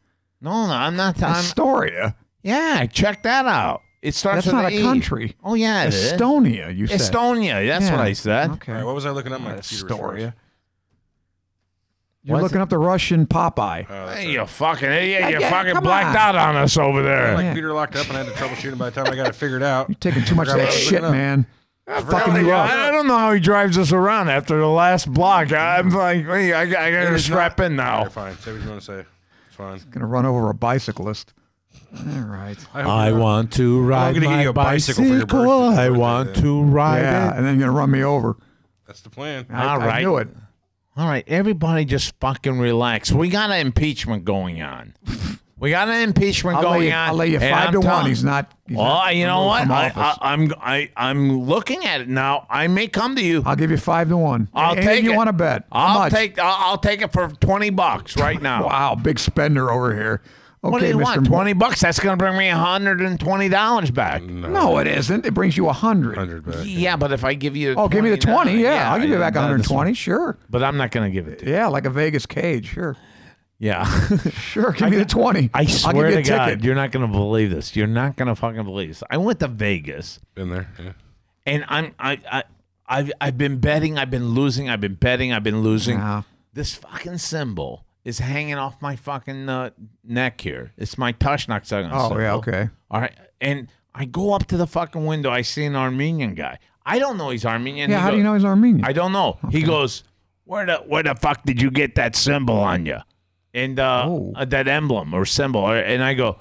S3: No, no, I'm not. I'm,
S6: Astoria.
S3: yeah, check that out. It starts
S6: That's
S3: with
S6: not
S3: an
S6: a
S3: E.
S6: country.
S3: Oh yeah, it is.
S6: Estonia, you said.
S3: Estonia. That's
S6: Yeah.
S3: what I said.
S5: All right,
S6: Okay.
S5: what was I looking up? My computer was
S6: Astoria.
S5: froze.
S6: You're
S3: Was
S6: looking up the Russian Popeye.
S5: Oh, that's
S3: Hey,
S5: right.
S3: you fucking idiot! You
S6: yeah,
S3: fucking
S6: come
S3: blacked
S6: on.
S3: out on us over there.
S5: My
S6: Yeah.
S5: computer locked up, and I had to troubleshoot it by the time I got it figured out.
S6: You're taking too much of that
S5: Forgot
S6: shit,
S5: about it.
S6: man. Fucking you up.
S3: I, I don't know how he drives us around after the last block. I'm like, hey, I, I
S5: It
S3: gotta
S5: is
S3: strap
S5: not-
S3: in now.
S5: You're fine. Say what you want to say. It's fine.
S6: Gonna run over a bicyclist. All right.
S5: I, hope you're-
S3: want to
S5: ride gonna get my you a bicycle for your bicycle. birthday. I want
S3: to ride
S6: yeah, and then you're gonna run me over.
S5: That's the plan.
S6: I,
S3: All
S6: I
S3: right.
S6: knew it.
S3: All right, everybody, just fucking relax. We got an impeachment going on. We got an impeachment
S6: I'll
S3: going
S6: lay you,
S3: on.
S6: I'll lay you
S3: and
S6: 5
S3: I'm
S6: to one.
S3: telling-
S6: He's not. He's
S3: Well,
S6: not
S3: you know what?
S6: removed
S3: I,
S6: from
S3: I,
S6: office.
S3: I'm I, I'm looking at it now. I may come to you.
S6: I'll give you five to one.
S3: I'll
S6: Anything
S3: take
S6: you
S3: it.
S6: want to bet. How
S3: I'll
S6: much?
S3: take I'll, I'll take it for twenty bucks right now.
S6: Wow, big spender over here. Okay,
S3: What do you
S6: Mr.
S3: want?
S6: Mo-
S3: Twenty bucks? That's going to bring me hundred and twenty dollars back.
S6: No, it isn't. It brings you a hundred.
S5: Hundred back.
S3: Yeah, but if I give you, uh,
S6: Oh, give me the 20. Yeah, I'll give you back
S3: that's-
S6: 120. Sure.
S3: But I'm not going to give it to you.
S6: Yeah, like a Vegas cage. Sure.
S3: Yeah,
S6: Sure. Give me the 20.
S3: I swear
S6: I'll
S3: to
S6: give you a
S3: God,
S6: ticket.
S3: you're not going to believe this. You're not going to fucking believe this. I went to Vegas,
S5: Been there. Yeah.
S3: and I'm I I I've, I've been betting. I've been losing. I've been betting. I've been losing.
S6: Yeah.
S3: This fucking symbol is hanging off my fucking uh, neck here. It's my Tushnak symbol.
S6: Oh, yeah, okay.
S3: All right, and I go up to the fucking window. I see an Armenian guy. I don't know he's Armenian.
S6: Yeah,
S3: He
S6: how do
S3: go-
S6: you know he's Armenian?
S3: I don't know. He goes, where the where the fuck did you get that symbol on you, and uh,
S6: Oh.
S3: uh, that emblem or symbol? Or- And I go,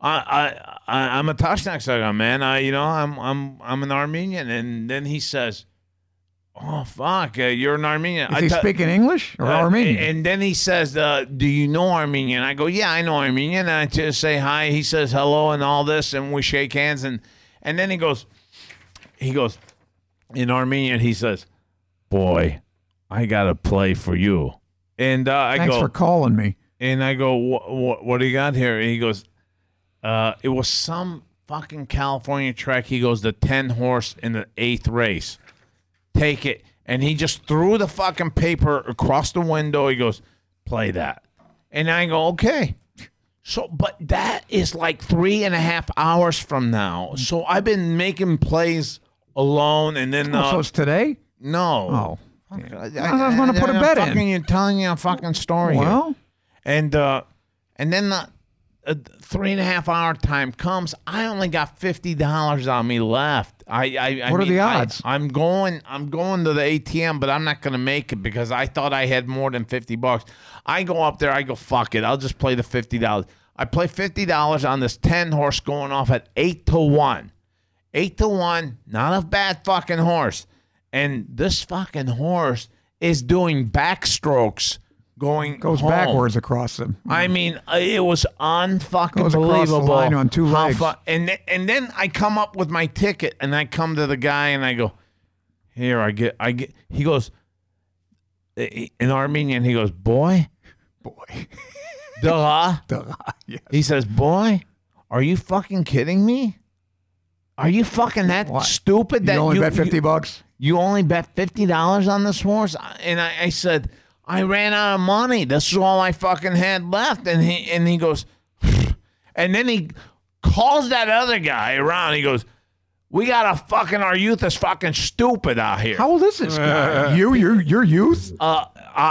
S3: I I, I I'm a Tashnak Sagan man. I you know I'm I'm I'm an Armenian. And then he says, Oh fuck, uh, you're an Armenian.
S6: Is
S3: I
S6: he
S3: ta-
S6: speaking English or
S3: uh,
S6: Armenian?
S3: And then he says, uh, "Do you know Armenian?" I go, "Yeah, I know Armenian." And I just say hi. He says hello and all this, and we shake hands. And and then he goes, he goes, in Armenian, he says, "Boy, I gotta play for you." And uh, I
S6: Thanks
S3: go,
S6: for calling me.
S3: and I go, what, what, what do you got here? And he goes, uh, it was some fucking California track. He goes, the 10 horse in the eighth race. Take it. And he just threw the fucking paper across the window. He goes, play that. And I go, okay. So, but that is like three and a half hours from now. So I've been making plays alone and then,
S6: Oh, so
S3: uh,
S6: it's today?
S3: no.
S6: Oh. I was gonna put a
S3: I'm
S6: bet in.
S3: fucking, You're telling you a fucking story. here
S6: Well,
S3: and uh, and then the uh, three and a half hour time comes. I only got fifty dollars on me left. I, I, I
S6: What are
S3: mean,
S6: the
S3: I-
S6: odds?
S3: I'm going. I'm going to the ATM, but I'm not going to make it because I thought I had more than fifty bucks. I go up there. I go fuck it. I'll just play the fifty dollars. I play fifty dollars on this ten horse going off at eight to one. Eight to one, not a bad fucking horse. And this fucking horse is doing backstrokes going
S6: Goes
S3: home.
S6: backwards across them.
S3: I mean, uh, it was unfucking
S6: Goes across the
S3: believable.
S6: line on two
S3: how
S6: legs.
S3: and th- and then I come up with my ticket, and I come to the guy, and I go, "Here, I get, I get." He goes, eh, eh, in Armenian, he goes, "Boy,
S6: boy.
S3: duh."
S6: yeah.
S3: He says, "Boy, are you fucking kidding me? Are you fucking that
S6: What?
S3: stupid that
S6: you only
S3: you,
S6: bet 50
S3: you,
S6: bucks?
S3: you only bet fifty dollars on this horse?" And I, I said, "I ran out of money. This is all I fucking had left." And he and he goes, and then he calls that other guy around. He goes, "We got to fucking our youth is fucking stupid out here."
S6: How old is this guy? you, your, your youth?
S3: uh, I,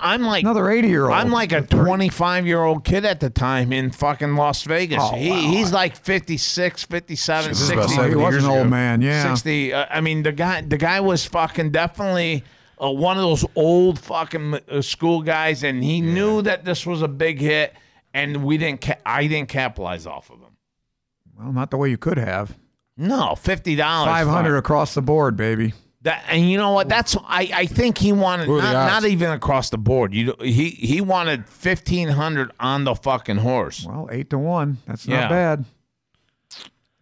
S3: I I'm like
S6: Another 80 year old.
S3: I'm like a 25 year old kid at the time in fucking Las Vegas.
S6: Oh,
S3: he,
S6: wow.
S3: He's like 56, 57,
S5: is about
S3: 60.
S6: Oh, he
S5: 70
S6: was
S5: years
S6: an old
S5: ago.
S6: man, yeah.
S3: 60. Uh, I mean, the guy the guy was fucking definitely uh, one of those old fucking uh, school guys, and he knew that this was a big hit, and we didn't. Ca- I didn't capitalize off of him.
S6: Well, not the way you could have.
S3: No, fifty dollars.
S6: 500 across the board, baby.
S3: That, and you know what? That's I, I think he wanted
S5: Who are
S3: not,
S5: the
S3: not
S5: odds?
S3: even across the board. You he he wanted fifteen hundred on the fucking horse.
S6: Well, 8 to 1. That's
S3: Yeah.
S6: not bad.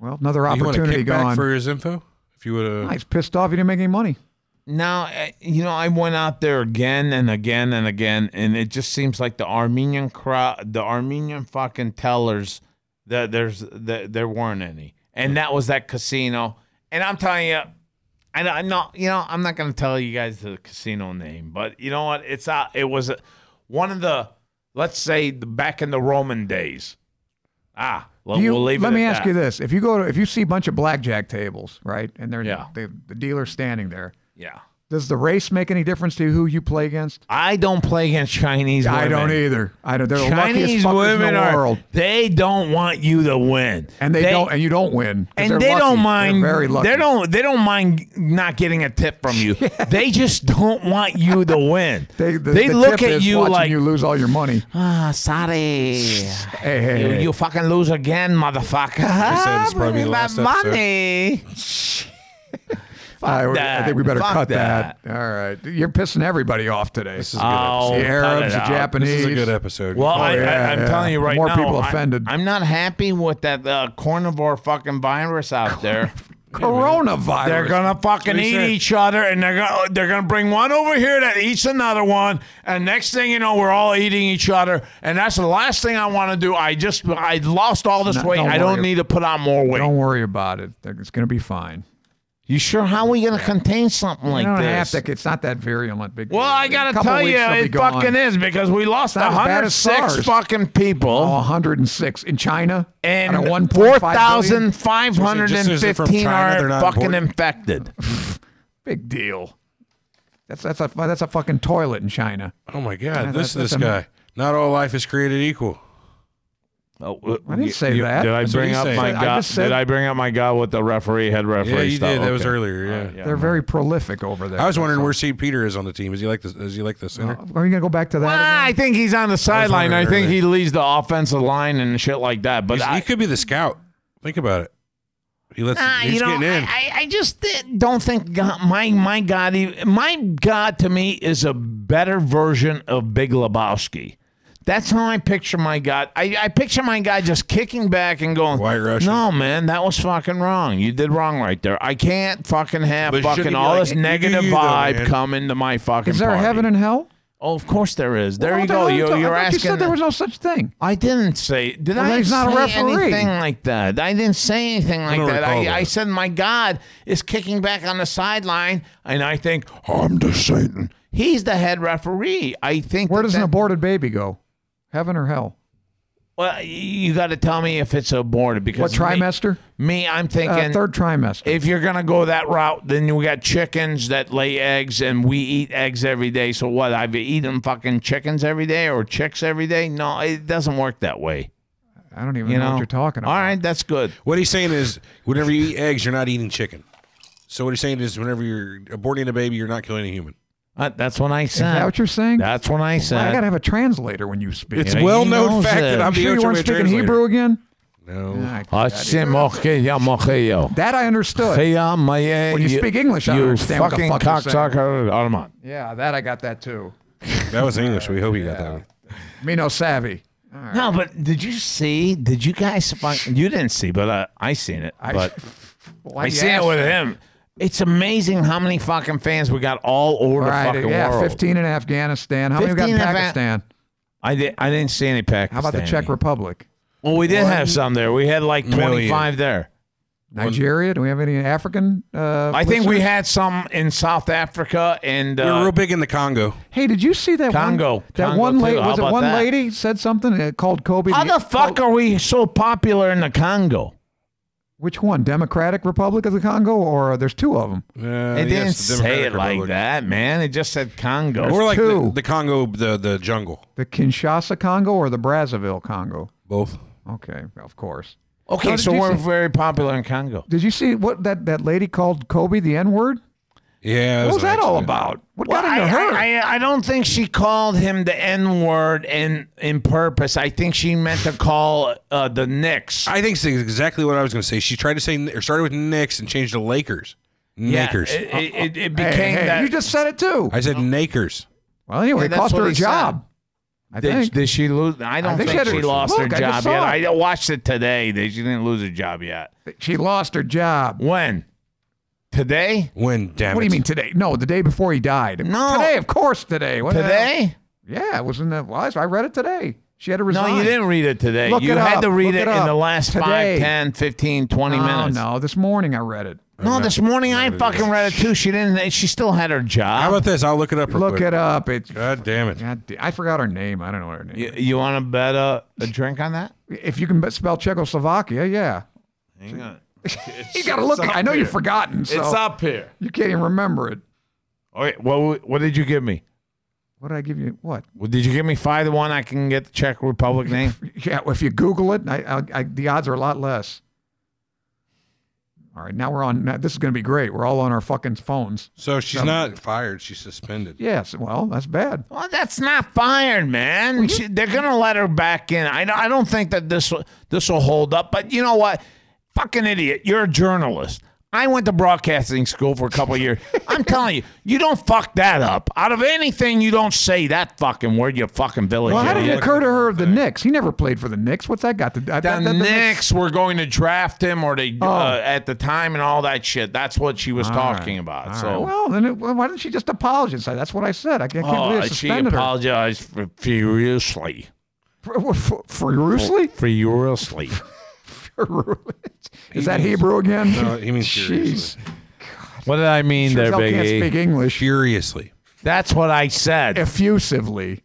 S6: Well, another opportunity
S5: you want a kickback
S6: gone.
S5: for his info? If you would have,
S6: He's pissed off he didn't make any money.
S3: Now eh, you know I went out there again and again and again, and it just seems like the Armenian crowd, the Armenian fucking tellers, that there's that there weren't any, and that was that casino. And I'm telling you, I know, I know- you know, I'm not gonna tell you guys the casino name, but you know what? It's out. It was a, one of the, let's say, the, back in the Roman days. Ah, well,
S6: Do you-
S3: we'll leave
S6: let
S3: it
S6: me
S3: at
S6: ask
S3: that.
S6: you this: if you go to, if you see a bunch of blackjack tables, right, and they're
S3: Yeah.
S6: the, the dealer's standing there,
S3: Yeah,
S6: does the race make any difference to who you play against?
S3: I don't play against Chinese.
S6: I don't
S3: women.
S6: either. I don't. They're
S3: Chinese
S6: the luckiest fuckers
S3: women
S6: in the
S3: are
S6: world,
S3: they don't want you to win,
S6: and they, don't, and you don't win. 'cause
S3: and
S6: they're
S3: they
S6: lucky.
S3: don't mind.
S6: They're very lucky.
S3: They don't. They don't mind not getting a tip from you. They just don't want you to win.
S6: They, the,
S3: They
S6: the
S3: look
S6: tip
S3: at
S6: is
S3: you
S6: watching
S3: like-
S6: you lose all your money.
S3: Ah, sorry.
S6: Hey, hey,
S3: You,
S6: hey.
S3: you fucking lose again, motherfucker. I
S5: said it's probably the last episode.
S3: money.
S6: I, would- I
S3: that.
S6: think we better
S3: Fuck
S6: cut that. All right, you're pissing everybody off today.
S5: this is a good
S3: Oh,
S5: episode.
S6: the
S3: cut
S6: Arabs,
S3: it
S6: the
S3: out.
S6: Japanese.
S5: Ah, This is a good episode.
S3: Well, I,
S6: Oh, yeah,
S3: I, I'm
S6: yeah.
S3: telling you right
S6: More
S3: now,
S6: people
S3: I-
S6: offended.
S3: I'm not happy with that uh, carnivore fucking virus out there.
S6: Coronavirus.
S3: They're gonna fucking
S5: what he
S3: eat
S5: said.
S3: each other, and they're gonna they're gonna bring one over here that eats another one, and next thing you know, we're all eating each other, and that's the last thing I want to do. I just I lost all this
S6: No,
S3: weight.
S6: don't
S3: I don't
S6: worry.
S3: need to put on more weight.
S6: Don't worry about it. They're- It's going to be fine.
S3: You sure? How are we gonna contain something like
S6: you don't
S3: this?
S6: have to. It's not that virulent. Big
S3: well,
S6: deal.
S3: I
S6: In a
S3: gotta
S6: couple
S3: tell
S6: weeks
S3: you,
S6: they'll be
S3: it
S6: gone.
S3: fucking is because we lost
S6: not as bad as
S3: 106
S6: SARS.
S3: fucking people
S6: Oh, 106 in China
S3: and
S6: out of 1.5 billion?
S3: 4,515
S5: China, they're
S3: are
S5: not
S3: fucking
S5: important?
S3: infected.
S6: Big deal. That's that's a that's a fucking toilet in China.
S5: oh my God,
S6: that's-
S5: this this
S6: that's a-
S5: guy. Not all life is created equal.
S3: Oh,
S6: I didn't say that.
S3: Did I
S5: what
S3: bring
S5: he's
S3: up
S5: saying.
S3: my
S6: I
S3: God?
S6: just said-
S3: did I bring up my God with the referee head referee?
S5: Yeah, you
S3: stuff?
S5: did. That was
S3: Okay.
S5: earlier. Yeah.
S6: They're very prolific over there. Uh,
S5: I was wondering where St. Peter is on the team. Is he like the Is he like the center?
S6: Are you gonna go back to that?
S3: Well, I
S6: again?
S3: think he's on the sideline. I
S5: wondering
S3: think he
S5: earlier.
S3: leads the offensive line and shit like that. But
S5: He's-
S3: I,
S5: he could be the scout. Think about it. He lets.
S3: Nah, Uh,
S5: he's
S3: you know,
S5: getting in.
S3: I, I- I just th- don't think God, my my God, he- my God to me is a better version of Big Lebowski. That's how I picture my God. I, I picture my guy just kicking back and going,
S5: White Russian.
S3: "No, man, that was fucking wrong. You did wrong right there. I can't fucking have
S5: But shouldn't
S3: fucking
S5: he
S3: all
S5: be
S3: this
S5: like, "You do
S3: negative
S5: you, though,
S3: vibe
S5: man."
S3: come into my fucking."
S6: is there
S3: party.
S6: heaven and hell?
S3: Oh, of course there is. There
S6: Well,
S3: you
S6: what the
S3: go.
S6: hell
S3: You,
S6: are
S3: you're
S6: I thought
S3: asking.
S6: You said there was no such thing.
S3: I didn't say. Did
S6: Well,
S3: I?
S6: then he's not a
S3: say
S6: referee.
S3: Anything like that? I didn't say anything like
S5: don't
S3: that.
S5: recall
S3: I,
S5: that.
S3: I said, "My God is kicking back on the sideline," and I think I'm the Satan. He's the head referee. I think.
S6: Where
S3: that
S6: does an
S3: that-
S6: aborted baby go? Heaven or hell?
S3: Well, you got to tell me if it's aborted because
S6: What
S3: me-
S6: trimester?
S3: Me, I'm
S6: Uh,
S3: thinking
S6: third trimester.
S3: if you're gonna go that route, then we got chickens that lay eggs, and we eat eggs every day. So what? I've eaten fucking chickens every day or chicks every day. No, it doesn't work that way.
S6: I don't even
S3: You
S6: know,
S3: know
S6: what you're talking about.
S3: All right, that's good.
S5: What he's saying is, whenever you eat eggs, you're not eating chicken. So what he's saying is, whenever you're aborting a baby, you're not killing a human.
S3: Uh, that's what I
S6: Is
S3: said.
S6: that what you're saying?
S3: That's what I said.
S6: I gotta have a translator when you speak.
S5: It's
S3: Yeah,
S5: well
S3: he
S5: known
S3: knows
S5: fact
S3: it.
S5: that I'm the
S6: sure you
S5: Ocho
S6: weren't
S5: Man
S6: speaking
S5: translator.
S6: Hebrew again? Ah,
S5: No.
S6: I-
S3: Achimoke yamokeyo.
S6: that I understood.
S3: Heyamaye.
S6: When you speak English, I don't
S3: eh, you
S6: understand what the
S3: fucking
S6: fuck you're saying.
S3: cocksucker Armand.
S6: Yeah, that I got that too.
S5: That was English. We hope you got that one.
S6: Me no savvy.
S3: No, but did you see? Did you guys find? You didn't see, but uh, I seen it. but
S6: Well,
S3: I seen it with him. It's amazing how many fucking fans we got all over
S6: Right,
S3: the fucking
S6: yeah,
S3: world.
S6: 15 in Afghanistan. How many we got
S3: 15
S6: in
S3: in Af-
S6: Pakistan?
S3: I did. I didn't see any Pakistan.
S6: How about the Czech Republic?
S3: Well, we did have some there. We had like
S5: million.
S3: twenty five there.
S6: Nigeria? Do we have any African? Uh,
S3: I think we
S6: listeners?
S3: had some in South Africa and
S5: You're
S3: uh,
S5: real big in the Congo.
S6: Hey, did you see that
S3: Congo.
S6: One, that
S3: Congo
S6: one
S3: too.
S6: lady
S3: How
S6: was it
S3: about
S6: one
S3: that?
S6: lady said something uh, called Kobe?
S3: How the fuck are we so popular in the Congo?
S6: Which one? Democratic Republic of the Congo, or there's two of them?
S5: Uh,
S3: It
S5: yes,
S3: didn't
S5: the
S3: say
S5: Democratic
S3: it like
S5: Republic.
S3: that, man. It just said Congo.
S5: More like
S6: Two.
S5: the, the Congo, the, the jungle.
S6: The Kinshasa Congo or the Brazzaville Congo?
S5: Both.
S6: Okay, of course.
S3: okay,
S6: How did
S3: so
S6: you
S3: we're
S6: say-
S3: very popular in Congo.
S6: Did you see what that, that lady called Kobe the N word?
S5: Yeah. it
S6: What was
S5: an
S6: that all
S5: accident.
S6: about? What
S3: Well,
S6: got into
S3: I,
S6: her?
S3: I, I, I don't think she called him the N word in in purpose. I think she meant to call uh, the Knicks.
S5: I think it's exactly what I was going to say. She tried to say or started with Knicks and changed to Lakers.
S3: Yeah,
S5: Knickers.
S3: It, it- it- it
S6: Hey,
S3: became
S6: hey,
S3: that.
S6: you just said it too.
S5: I said Knickers.
S6: well, anyway,
S3: Yeah,
S6: it
S3: that's
S6: cost
S3: what
S6: her a
S3: he said.
S6: job. I
S3: did,
S6: think.
S3: did she lose? I don't
S6: think
S3: think,
S6: she had
S3: she
S6: her-
S3: lost her
S6: look, I just
S3: job yet.
S6: saw it.
S3: I watched it today. They- She didn't lose her job yet.
S6: she lost her job.
S3: When? Today?
S5: When, damn
S6: What do
S5: it.
S6: you mean today? No, the day before he died.
S3: No.
S6: Today, of course, today. What the hell?
S3: Today?
S6: Yeah, it was in the. Well, I- I read it today. She had to
S3: No,
S6: resign.
S3: you didn't read it today.
S6: Look
S3: you
S6: it
S3: had
S6: up.
S3: to read
S6: Look
S3: it, in
S6: it up.
S3: the last five,
S6: Today.
S3: 10, 15, 20
S6: No,
S3: minutes.
S6: Oh, no. This morning I read it.
S3: No, this morning I fucking read it too. She didn't. eh, She still had her
S5: How
S3: job.
S5: about this? I'll look it up. Real
S6: Look
S5: quick.
S6: it up. It's.
S5: God damn it.
S6: God, da- I forgot her name. I don't know what her name.
S3: you you want to bet a, a drink on that?
S6: If you can b- spell Czechoslovakia, yeah.
S3: Hang on.
S6: You got to look.
S3: it's
S6: At, I
S3: up
S6: know
S3: here.
S6: you've forgotten, so
S3: It's up here.
S6: you can't even remember it.
S3: Okay. Well, what did you give me?
S6: What did I give you? What?
S3: Well, did you give me five to one? I can get the Czech Republic name.
S6: Yeah, well, if you Google it, I, I, I, the odds are a lot less. All right, now we're on. Now, this is going to be great. We're all on our fucking phones.
S5: So she's not fired. She's suspended.
S6: Yes. Well, that's bad.
S3: Well, that's not fired, man. She, they're gonna let her back in. I, don't- I don't think that this will- this will hold up. But you know what? Fucking idiot! You're a journalist. I went to broadcasting school for a couple of years. I'm telling you, you don't fuck that up. Out of anything, you don't say that fucking word. You fucking village.
S6: Well, how did
S3: idiot.
S6: it occur to her of the Knicks? He never played for the Knicks. What's that got to do? that- that-
S3: the
S6: that- that-
S3: Knicks were going to draft him, or they uh,
S6: Oh.
S3: at the time, and all that shit. That's what she was
S6: All right,
S3: talking about.
S6: all right.
S3: so,
S6: well, then it, well, why didn't she just apologize? I- That's what I said. I can't believe
S3: oh,
S6: I
S3: she
S6: suspended her.
S3: apologized for furiously,
S6: For, for, furiously?
S3: furiously.
S6: Is that Hebrew again?
S5: No, he means
S6: Jeez.
S5: seriously.
S3: What did I mean
S6: Sure as
S3: there, E.
S6: hell can't
S3: Biggie?
S6: speak English.
S5: Furiously.
S3: That's what I said.
S6: Effusively.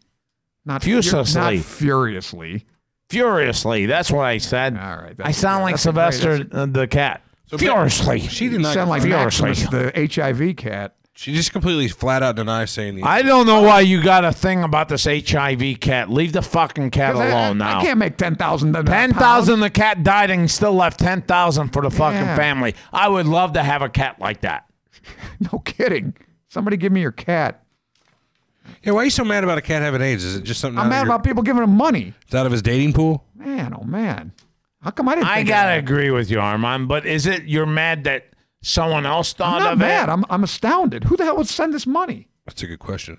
S6: Not, fur-
S3: Fusively.
S6: not furiously.
S3: Furiously. That's what I said.
S6: All right,
S3: I
S6: that's-
S3: sound like
S6: that's a great-
S3: Sylvester uh, the cat.
S5: So, but-
S3: Furiously.
S5: She did not.
S6: Sound like
S3: Furiously.
S6: Maximus, the HIV cat.
S5: she just completely flat out denies saying the.
S3: I don't know why you got a thing about this HIV cat. Leave the fucking cat
S6: 'Cause I-
S3: alone
S6: I,
S3: now.
S6: I can't make 10,000 a
S3: Ten
S6: pound.
S3: thousand. The cat died, and he still left ten thousand for the fucking
S6: Yeah.
S3: family. I would love to have a cat like that.
S6: No kidding. Somebody give me your cat.
S5: yeah, why are you so mad about a cat having AIDS? Is it just something
S6: I'm
S5: out,
S6: mad
S5: of your-
S6: about people giving him money.
S5: it's out of his dating pool?
S6: Man, oh man. How come I didn't
S3: I
S6: think of
S3: gotta
S6: that?
S3: agree with you, Armand. But is it you're mad that someone else thought
S6: I'm not
S3: of
S6: mad.
S3: it?
S6: I'm, I'm astounded. Who the hell would send this money?
S5: That's a good question.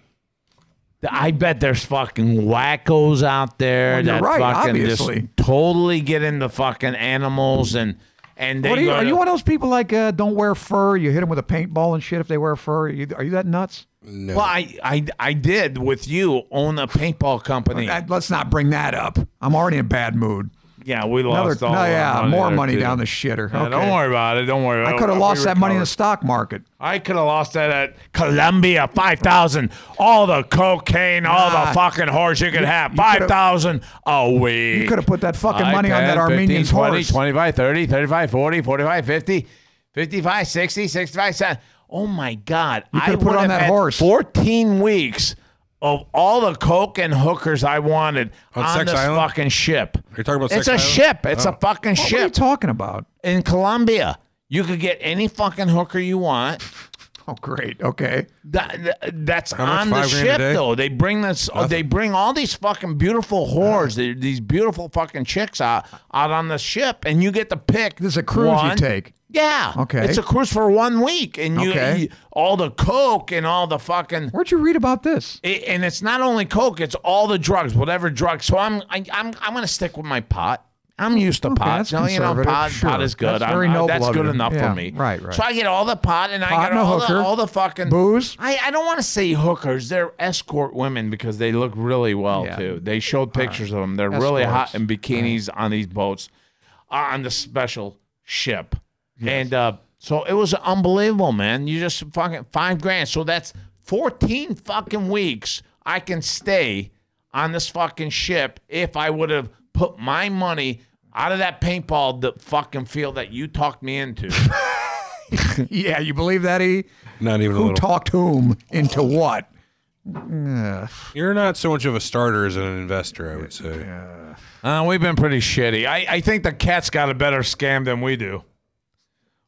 S3: I bet there's fucking wackos out there
S6: Well, you're
S3: that
S6: right,
S3: fucking
S6: obviously.
S3: just totally get into fucking animals and and they
S6: What are, you,
S3: go
S6: are
S3: to-
S6: you one of those people like uh, don't wear fur? You hit them with a paintball and shit if they wear fur. Are you, are you that nuts?
S5: No.
S3: well, I, I I did with you own a paintball company.
S6: Uh, let's not bring that up. I'm already in a bad mood.
S3: yeah, we lost
S6: Another,
S3: all.
S6: no,
S3: our
S6: yeah,
S3: money
S6: more
S3: there,
S6: money
S3: too.
S6: down the shitter.
S3: Yeah,
S6: Okay.
S3: Don't worry about it. Don't worry.
S6: I could have lost that money in the
S3: recovered.
S6: stock market.
S3: I could have lost that at Columbia, 5,000. All the cocaine, all the
S6: Nah.
S3: fucking horse you could have.
S6: coulda-
S3: 5,000 a week.
S6: You could have put that fucking money on that Armenian's
S3: 15, 20,
S6: horse.
S3: 25, 30, 35, 40, 45, 50, 55, 60, 65, 70. Oh my God. You
S6: coulda put it on that horse.
S3: 14 weeks of all the coke and hookers I wanted on,
S5: On Sex
S3: this
S5: Island?
S3: fucking ship.
S5: Are you talking about
S3: It's
S5: Sex
S3: a
S5: Island? Oh.
S3: ship. It's a fucking
S6: What
S3: ship
S6: are you talking about?
S3: in Colombia. You could get any fucking hooker you want
S6: Oh, great. Okay.
S3: That, that- that's
S5: How much?
S3: on the
S5: Five grand a
S3: ship
S5: day?
S3: though. They bring this. uh, they bring all these fucking beautiful whores, they- these beautiful fucking chicks out out on the ship, and you get to pick.
S6: This is a cruise you
S3: one-
S6: take.
S3: Yeah.
S6: Okay.
S3: It's a cruise for one week, and you,
S6: Okay.
S3: you- all the coke and all the fucking.
S6: Where'd you read about this?
S3: i- and it's not only coke; it's all the drugs, whatever drugs. So I'm, I, I'm, I'm gonna stick with my pot. I'm used to pot.
S6: that's
S3: you know, you know,
S6: conservative.
S3: pot,
S6: Sure.
S3: pot is good.
S6: That's
S3: I'm-
S6: very
S3: I-
S6: noble
S3: that's
S6: of
S3: good
S6: you.
S3: enough
S6: Yeah,
S3: for me.
S6: right, right.
S3: So I get all the pot, and I
S6: Pot
S3: get
S6: and a
S3: all the,
S6: hooker.
S3: all the fucking
S6: Booze?
S3: I, I don't want to say hookers. They're escort women because they look really well
S6: Yeah.
S3: too. They showed pictures of them. They're really
S6: Escorts.
S3: hot in bikinis on these boats, uh, on the special ship, and uh, so it was unbelievable, man. You just fucking five grand. So that's fourteen fucking weeks I can stay on this fucking ship if I would have put my money. Out of that paintball, the fucking field that you talked me into.
S6: Yeah, you believe that, E?
S5: Not even a
S6: Who
S5: little.
S6: talked whom into what?
S5: You're not so much of a starter as an investor, I would say.
S3: Uh, we've been pretty shitty. I, I think the cat's got a better scam than we do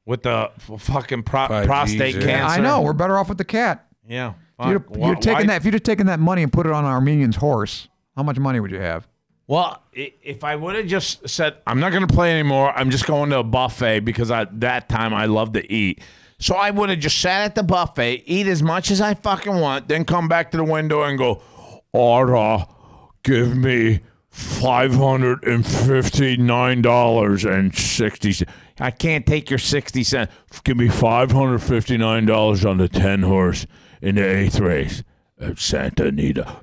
S3: with the f- fucking pro-
S5: Five
S3: prostate
S5: Gs, yeah.
S3: cancer.
S6: I know. We're better off with the cat.
S3: Yeah.
S6: If you'd,
S3: Fuck.
S6: you'd
S3: Wh-
S6: taken
S3: Uh, why-
S6: that, if you'd have taken that money and put it on an Armenian's horse, how much money would you have?
S3: Well, i- if I would have just said, I'm not going to play anymore. I'm just going to a buffet because I, that time I love to eat. So I would have just sat at the buffet, eat as much as I fucking want, then come back to the window and go, Ara, give me $559.60. I can't take your 60 cents. Give me $559 on the 10 horse in the eighth race at Santa Anita.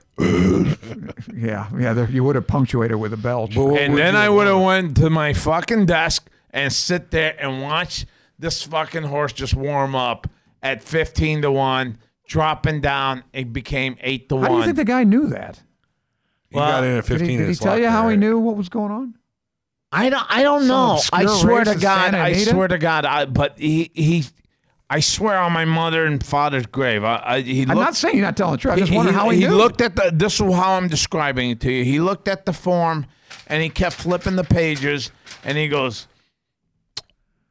S6: Yeah, yeah. There, you would have punctuated with a bell.
S3: and then I would have went to my fucking desk and sit there and watch this fucking horse just warm up at 15 to 1, dropping down. It became 8 to
S6: How
S3: 1.
S6: do you think the guy knew that?
S5: He got in at
S6: Did
S5: 15.
S6: he, did
S5: and
S6: he
S5: it's
S6: tell
S5: locked
S6: you how
S5: there,
S6: he
S5: right?
S6: knew what was going on?
S3: I don't. I don't know. I
S6: obscure
S3: swear to
S6: racist
S3: God.
S6: Santa
S3: I
S6: Anita?
S3: swear to God. I, but he he, I swear on my mother and father's grave. I, I he.
S6: I'm
S3: looked-
S6: not saying you're not telling the truth. I
S3: He,
S6: just wonder
S3: he-
S6: how he,
S3: he
S6: knew.
S3: looked at the. This is how I'm describing it to you. He looked at the form, and he kept flipping the pages, and he goes,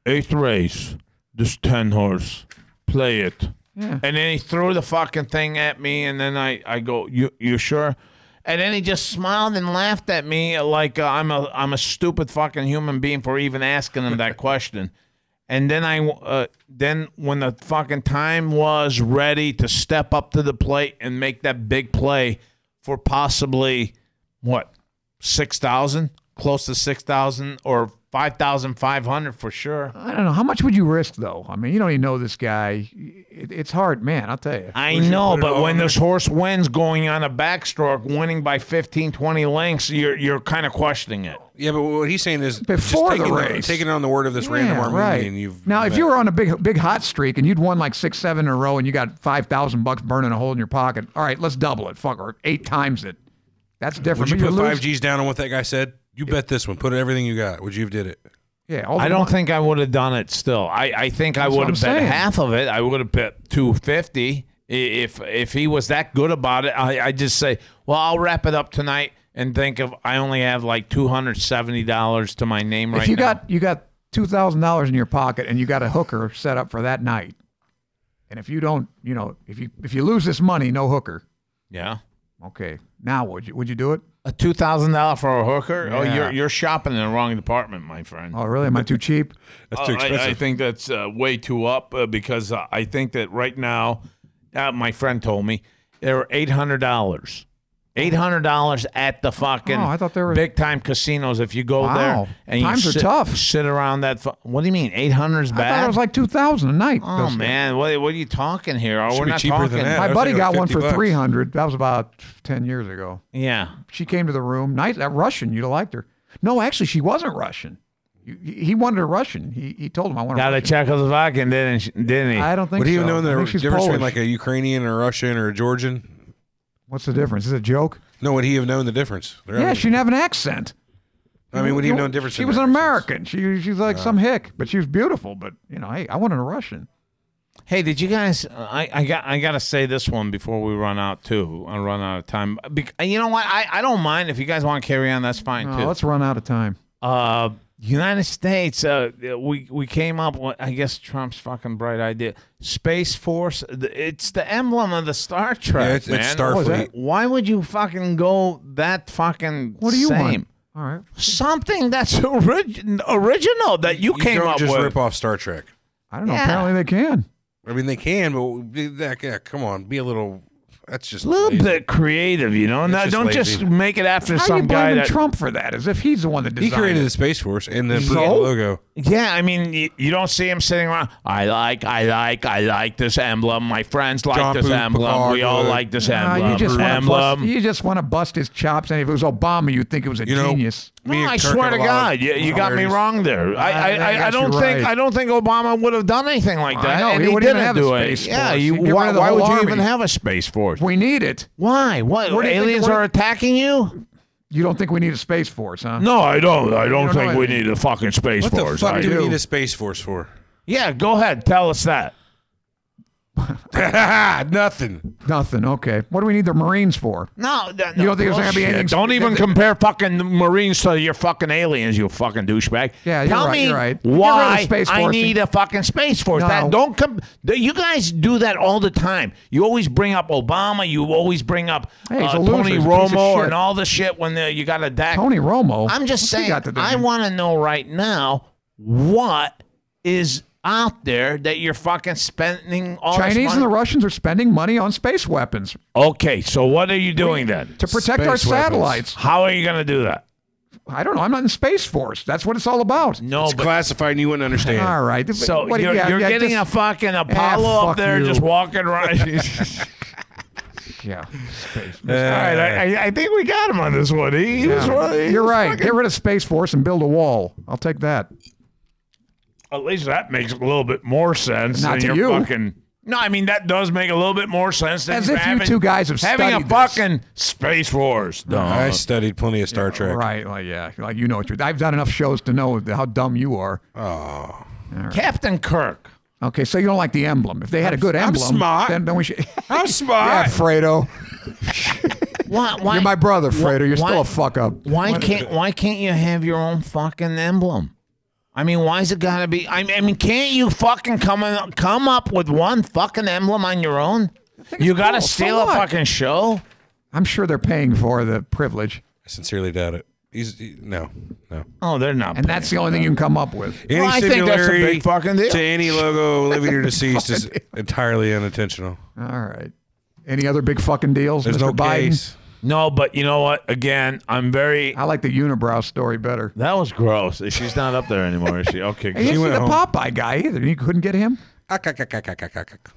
S3: eighth race, this ten horse, play it.
S6: Yeah.
S3: And then he threw the fucking thing at me, and then I, I go, you you sure? And then he just smiled and laughed at me like uh, I'm a I'm a stupid fucking human being for even asking him that question. And then I uh, then when the fucking time was ready to step up to the plate and make that big play for possibly what six thousand, close to six thousand or five thousand five hundred for sure.
S6: I don't know. How much would you risk, though? I mean, you don't even know this guy. It, it's hard, man. I'll tell you.
S3: I know, but when this horse wins going on a backstroke, winning by 15, 20 lengths, you're you're kind of questioning it.
S5: Yeah, but what he's saying is just
S6: Before the
S5: taking
S6: race.
S5: taking on the word of this random
S6: Yeah,
S5: Armenian.
S6: right.
S5: You've
S6: now, if
S5: met.
S6: you were on a big, big hot streak and you'd won like six, seven in a row, and you got five thousand bucks burning a hole in your pocket, all right, let's double it, fuck, or eight times it. That's
S5: would
S6: different.
S5: you
S6: But
S5: put
S6: you're
S5: five
S6: losing-
S5: G's down on what that guy said? You bet this one. Put everything you got. Would you have did it?
S6: Yeah, all the
S3: I don't
S6: money.
S3: think I would have done it still. I, I think I
S6: That's what
S3: would have
S6: I'm
S3: bet
S6: saying.
S3: half of it. I would have bet 250 I- if if he was that good about it. I, I just say, well, I'll wrap it up tonight and think of I only have like $270 to my name right
S6: If you
S3: now.
S6: got you got two thousand dollars in your pocket and you got a hooker set up for that night, and if you don't, you know, if you if you lose this money, no hooker.
S3: yeah.
S6: Okay, now would you would you do it?
S3: A two thousand dollar for a hooker? Oh,
S6: Yeah.
S3: you're you're shopping in the wrong department, my friend.
S6: Oh, really? Am I too cheap?
S5: That's too
S3: Uh, I-
S5: expensive.
S3: I, think that's uh, way too up uh, because uh, I think that right now, uh, my friend told me they were eight hundred dollars. Eight hundred dollars at the fucking
S6: Oh, I thought they were-
S3: big time casinos. If you go
S6: Wow.
S3: there and
S6: Times
S3: you
S6: are
S3: sit,
S6: tough.
S3: sit around that. Fu- what do you mean eight hundred is
S6: I thought
S3: bad?
S6: it was like two thousand a night.
S3: oh man, what, what are you talking here? Oh,
S5: Should
S3: we're
S5: be
S3: not
S5: cheaper than
S3: talking.
S5: that. I
S6: My
S5: was
S6: buddy
S5: thinking
S6: got
S5: like
S6: one
S5: 50
S6: for
S5: bucks.
S6: three hundred. That was about ten years ago.
S3: Yeah,
S6: She came to the room. Nice, that Russian. You'd have liked her. No, actually, she wasn't Russian. You- He he wanted a Russian. He he told him I want a
S3: got a
S6: Russian.
S3: Czechoslovakian, didn't she- didn't he?
S6: I don't think.
S5: Would he even
S6: so.
S5: know
S6: I
S5: the
S6: think she's
S5: difference between
S6: Polish.
S5: like a Ukrainian or a Russian or a Georgian?
S6: What's the difference? Is it a joke?
S5: No, would he have known the difference? They're
S6: Yeah,
S5: all-
S6: she didn't have an accent.
S5: I mean, would he
S6: You
S5: have
S6: know,
S5: known the difference?
S6: She
S5: in
S6: was
S5: that
S6: an
S5: accent?
S6: American. She she was like some hick, but she was beautiful. But you know, hey, I wanted a Russian.
S3: Hey, did you guys? I, I got I gotta say this one before we run out too. I run out of time.
S6: Oh,
S3: Bec- you know what? I, I don't mind if you guys want to carry on. That's fine
S6: No,
S3: too.
S6: let's run out of time.
S3: Uh, United States, uh, we we came up with, I guess, Trump's fucking bright idea. Space Force, th- it's the emblem of the Star Trek.
S5: Yeah, it's- it's
S3: man.
S5: Starfleet.
S3: What was that? Why would you fucking go that fucking
S6: What do you
S3: same?
S6: want? All right.
S3: Something that's origi- original that you,
S5: You
S3: came
S5: don't
S3: up
S5: just
S3: with.
S5: rip off Star Trek.
S6: I don't know.
S3: Yeah.
S6: Apparently they can.
S5: I mean, they can, but be that, yeah, come on, be a little. That's just
S3: a little
S5: lazy.
S3: bit creative, you know.
S5: It's
S3: Now,
S5: just
S3: don't just
S5: lazy.
S3: make it after
S6: How are you
S3: some guy
S6: blaming
S3: that.
S6: Trump for that? As if he's the one that
S5: He
S6: designed
S5: created
S6: it.
S5: the Space Force and the
S3: So?
S5: freaking logo.
S3: Yeah, I mean, you, you don't see him sitting around. I like, I like, I like this emblem. My friends like
S5: John
S3: this
S5: Poop,
S3: emblem. we
S5: Picard,
S3: all
S5: uh,
S3: like this
S6: Ah,
S3: emblem.
S6: you just wanna
S3: emblem.
S6: Bust, you just want to bust his chops, and if it was Obama, you'd think it was a
S5: You know,
S6: genius.
S5: me
S3: No,
S5: and
S3: Oh, I
S5: Kirk
S3: swear
S5: had
S3: to
S5: a lot of
S3: God, you, you got me
S5: similarities.
S3: wrong there. I, I,
S6: I
S3: I, I
S6: guess
S3: don't
S6: you're
S3: think
S6: right.
S3: I don't think Obama would have done anything like
S6: I
S3: that.
S6: know,
S3: and
S6: he wouldn't
S3: didn't
S6: even have a
S3: do
S6: space
S3: it. Yeah,
S6: force.
S3: you,
S6: He'd get
S3: why,
S6: rid of the
S3: why
S6: whole
S3: would you
S6: army.
S3: even have a space force?
S6: We need it.
S3: Why? What?
S6: Where do you think
S3: aliens
S6: the
S3: are
S6: word-
S3: attacking you?
S6: You don't think we need a space force, huh?
S3: No, I don't. I don't
S6: don't
S3: think
S6: know
S3: we
S6: anything.
S3: need a fucking space
S5: What the
S3: force. I
S5: fuck do
S3: do.
S5: we need a Space Force for?
S3: Yeah, go ahead. Tell us that.
S5: Nothing.
S6: Nothing. Okay. What do we need the Marines for?
S3: No, th-
S6: You
S3: no,
S6: don't think there's gonna be
S3: bullshit.
S6: anything-
S3: Don't even compare fucking Marines to your fucking aliens, you fucking douchebag.
S6: Yeah, you're
S3: Tell
S6: right,
S3: me
S6: you're right. Get rid of the
S3: why
S6: Space
S3: I
S6: Force.
S3: need a fucking space force.
S6: No.
S3: That don't com- th- You guys do that all the time. You always bring up Obama. You always bring up
S6: Hey, he's
S3: uh,
S6: a loser.
S3: Tony
S6: He's a piece of
S3: Romo
S6: shit.
S3: and all the shit when the, you got a deck.
S6: Tony Romo.
S3: I'm just
S6: What's he
S3: saying.
S6: got to do?
S3: I want to know right now what is out there that you're fucking spending all this
S6: Chinese and
S3: money-
S6: the Russians are spending money on space weapons
S3: Okay, so what are you doing then?
S6: to protect
S5: Space
S6: our
S5: weapons.
S6: satellites.
S3: How are you going to do that?
S6: I don't know. I'm not in space force. That's what it's all about.
S3: No,
S5: It's classified and you wouldn't understand.
S6: All right.
S3: So
S6: What-
S3: you're,
S6: yeah,
S3: you're
S6: yeah,
S3: getting
S6: just- Ah,
S3: a fucking Apollo up
S6: fuck
S3: there
S6: you.
S3: just walking around.
S6: Yeah. Uh, Space.
S3: All right, I, I- I think we got him on this one. He, he was right. He
S6: You're
S3: was
S6: right.
S3: fucking-
S6: Get rid of space force and build a wall. I'll take that.
S3: At least that makes a little bit more sense.
S6: Not
S3: than
S6: to
S3: your
S6: you.
S3: Fucking, no, I mean that does make a little bit more sense. Than
S6: As if you
S3: having-
S6: two guys have
S3: having a
S6: studied this.
S3: fucking space wars. No.
S5: I studied plenty of Star Trek.
S6: Right. Like, yeah. Like, you know what you're. I've done enough shows to know how dumb you are.
S3: Captain Kirk.
S6: Okay. So you don't like the emblem. If they had a good emblem,
S5: smart.
S6: Then, then we should.
S5: I'm
S6: yeah,
S5: smart.
S6: Fredo.
S3: Why, why,
S6: You're my brother, Fredo. You're
S3: why-
S6: still a fuck up.
S3: Why can't Why can't you have your own fucking emblem? I mean, why's it gotta be? I mean, I mean, can't you fucking come up, come up with one fucking emblem on your own? You gotta
S6: cool. So
S3: steal a
S6: what?
S3: fucking show.
S6: I'm sure they're paying for the privilege,
S5: I sincerely doubt it. He's he- no, no.
S3: Oh, they're not.
S6: and that's the only thing you can come up with.
S5: Any
S3: I think that's a
S5: similarity
S3: big fucking deal.
S5: To any logo, living or deceased, is entirely unintentional.
S6: All right. Any other big fucking deals,
S5: There's
S6: Mr.
S5: no
S6: Biden?
S5: case.
S3: no. But you know what? Again, I'm very.
S6: I like the unibrow story better.
S3: That was gross. She's not up there anymore, is she? Okay.
S6: And you see
S5: went
S6: the
S5: home.
S6: Popeye guy either. You couldn't get him.
S5: Ah, cack, cack, cack, cack, cack, cack, cack.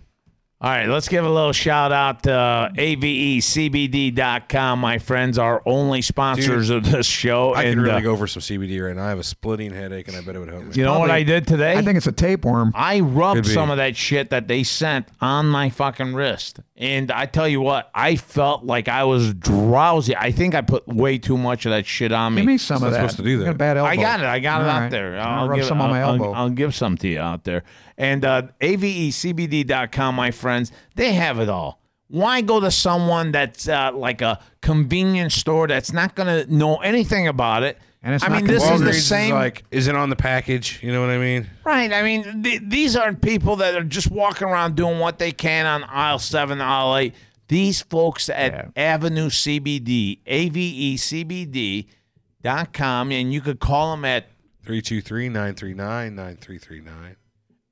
S3: All right, let's give a little shout out to uh, AVECBD.com. My friends are only sponsors of this show.
S5: I
S3: and,
S5: could
S3: uh,
S5: really go for some CBD right now. I have a splitting headache, and I bet it would help me.
S3: You know what I did today?
S6: I think it's a tapeworm.
S3: I rubbed
S5: Could be.
S3: some of that shit that they sent on my fucking wrist. And I tell you what, I felt like I was drowsy. I think I put way too much of that shit on me.
S6: Give me some of that.
S5: supposed to do
S6: I got a
S5: that.
S6: bad elbow.
S3: I got it. I got it
S6: All
S3: out
S6: right.
S3: there.
S6: I'm gonna
S3: I'll,
S6: rub
S3: give,
S6: some on my
S3: I'll- I'll-
S6: elbow.
S3: I'll, give some to you out there. And uh, AVECBD.com, my friends, they have it all. Why go to someone that's uh, like a convenience store that's not going to know anything about it?
S6: And it's
S3: I
S6: not
S3: mean, this is
S5: Walgreens
S3: the
S5: is
S3: same.
S5: like, is it on the package? You know what I mean?
S3: Right. I mean, th- these aren't people that are just walking around doing what they can on aisle seven, aisle eight. These folks at Avenue CBD, E AVECBD.com, and you could call them at,
S5: Three two three nine three nine nine three three nine.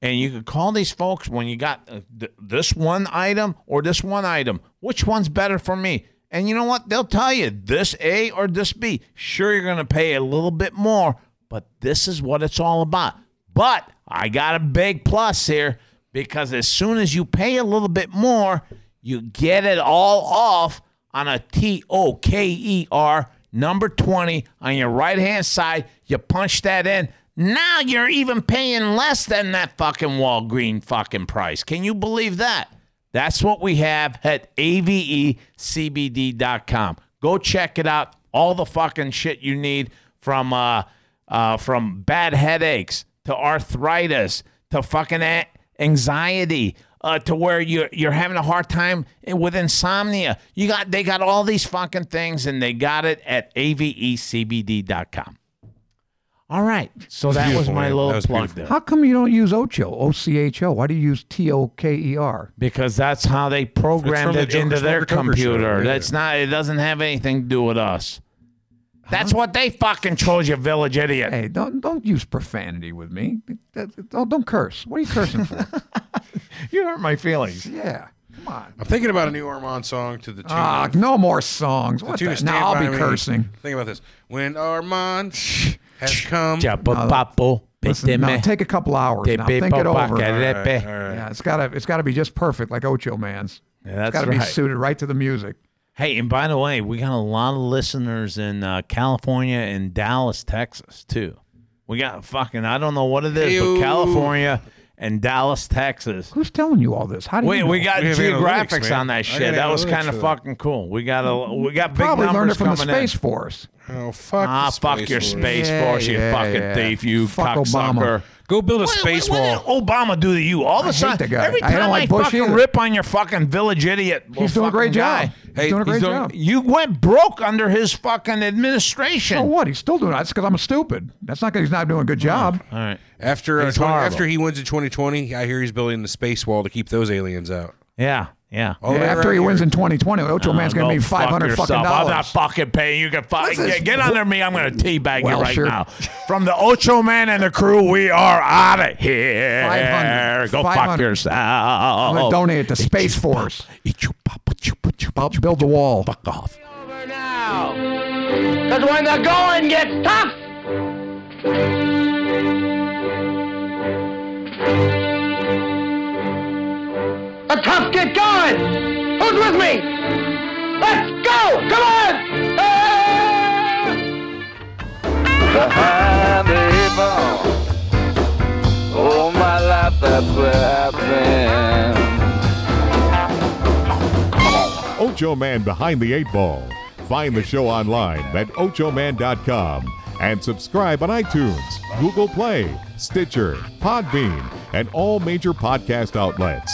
S3: and you could call these folks when you got uh, th- this one item or this one item. Which one's better for me? And you know what? They'll tell you this A or this B. Sure, you're going to pay a little bit more, but this is what it's all about. But I got a big plus here because as soon as you pay a little bit more, you get it all off on a T O K E R number 20 on your right hand side. You punch that in. Now you're even paying less than that fucking Walgreen fucking price. Can you believe that? That's what we have at E avecbd.com. Go check it out. All the fucking shit you need from uh, uh, from bad headaches to arthritis to fucking a- anxiety uh, to where you're you're having a hard time with insomnia. You got they got E all these fucking things and they got it at avecbd.com. All right. So that was
S5: Beautiful,
S3: my
S5: man.
S3: little
S5: That was
S3: plug
S5: beautiful.
S3: there.
S6: How come you don't use Ocho? O C H O. Why do you use T O K E R?
S3: because that's how they programmed
S5: the
S3: it
S5: Joker-
S3: into
S5: from
S3: their
S5: the Joker show,
S3: computer.
S5: yeah.
S3: That's not. It doesn't have anything to do with us. That's what they fucking chose, you village idiot.
S6: Hey, don't don't use profanity with me. That- Don't, don't curse. What are you cursing for?
S3: You hurt my feelings.
S6: yeah, come on.
S5: I'm thinking about a new Armand song to the tune.
S6: Ah,
S5: of-
S6: no more songs. What
S5: tune
S6: the?
S5: of Stand
S6: Now I'll
S5: By
S6: be
S5: Me.
S6: cursing.
S5: Think about this. When Armand has come.
S3: Chapapapo,
S6: Listen, now,
S3: piteme,
S6: take a couple hours. Now think it over.
S3: tepepacarepe.
S6: Yeah, it's gotta it's gotta be just perfect, like Ocho Man's.
S3: Yeah,
S6: it's
S3: that's
S6: gotta be
S3: right.
S6: suited right to the music.
S3: Hey, and by the way, we got a lot of listeners in uh, California and Dallas, Texas, too. We got fucking, I don't know what it is, but
S5: Heyo.
S3: California and Dallas, Texas.
S6: Who's telling you all this? How do
S3: Wait,
S6: you? know?
S3: we got
S5: We have
S3: geographics
S5: analytics, man.
S3: on
S5: I
S3: that shit.
S5: got
S3: That was
S5: analytics
S3: kind
S5: for
S3: of
S5: that.
S3: fucking cool. We got a we got big
S6: probably learned it
S3: numbers
S6: from the
S3: coming in.
S6: Space Force.
S5: Oh, fuck.
S3: Ah,
S5: the
S3: fuck
S5: space
S3: your
S5: war.
S3: space
S6: Yeah,
S3: force, you
S6: yeah,
S3: fucking
S6: yeah.
S3: thief, you
S6: Fuck Obama.
S3: cocksucker.
S5: Go build a
S3: What-
S5: space
S3: what,
S5: wall.
S3: What did Obama do to you? All of a
S6: hate
S3: sudden,
S6: the guy.
S3: every
S6: I don't
S3: time I,
S6: like Bush
S3: fucking
S6: either.
S3: rip on your fucking village idiot, little
S6: He's doing a
S3: fucking
S6: great
S3: guy.
S6: job. He's doing a great job.
S3: You went broke under his fucking administration.
S6: Oh, what? He's still doing it. That's because I'm stupid. That's not because he's not doing a good job.
S3: All right.
S5: After uh,
S3: It's
S5: 20,
S3: horrible.
S5: after he wins in 2020, I hear he's building the space wall to keep those aliens out.
S3: Yeah. Yeah.
S5: Oh,
S6: Yeah,
S5: they're
S6: after
S5: right
S6: he wins
S5: here.
S6: in 2020, Ocho
S3: Oh,
S6: Man's going
S3: go
S6: to be
S3: fuck
S6: 500 fucking
S3: yourself.
S6: dollars.
S3: I'm not fucking paying. You can fuck.
S6: This is-
S3: Get, get under me. I'm going to teabag you
S6: Well,
S3: right
S6: sure.
S3: now. From the Ocho Man and the crew, we are out of here.
S6: 500.
S3: Go fuck
S6: 500.
S3: yourself.
S6: I'm
S3: oh.
S6: going to donate it to Space Force.
S3: Eat you, papa, chupa, chupa,
S6: Help build the wall.
S3: fuck off.
S8: over now. Because when the going gets tough, the tough get going. Who's with me? Let's go! Come on! Hey!
S2: behind the eight ball. All Oh, my life, that's where I've been.
S1: Ocho Man Behind the Eight Ball. Find the show online at ochoman.com and subscribe on iTunes, Google Play, Stitcher, Podbean, and all major podcast outlets.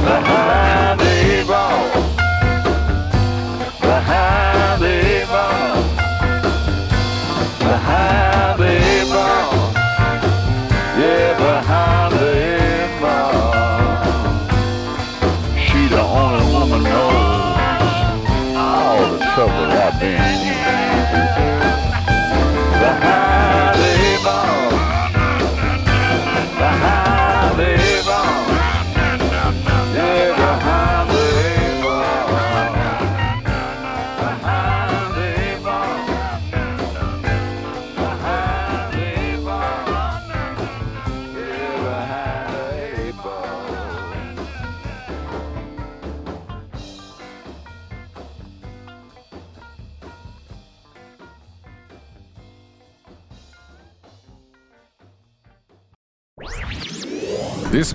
S2: Behind the eight ball. Behind the eight ball. Behind the eight ball. Yeah, behind the eight ball. She the only woman knows all the trouble I've been in. Behind the eight ball. Behind the eight ball. Yeah, behind the eight ball. Behind the eight ball. Behind the eight ball. Yeah, behind the eight ball.
S9: This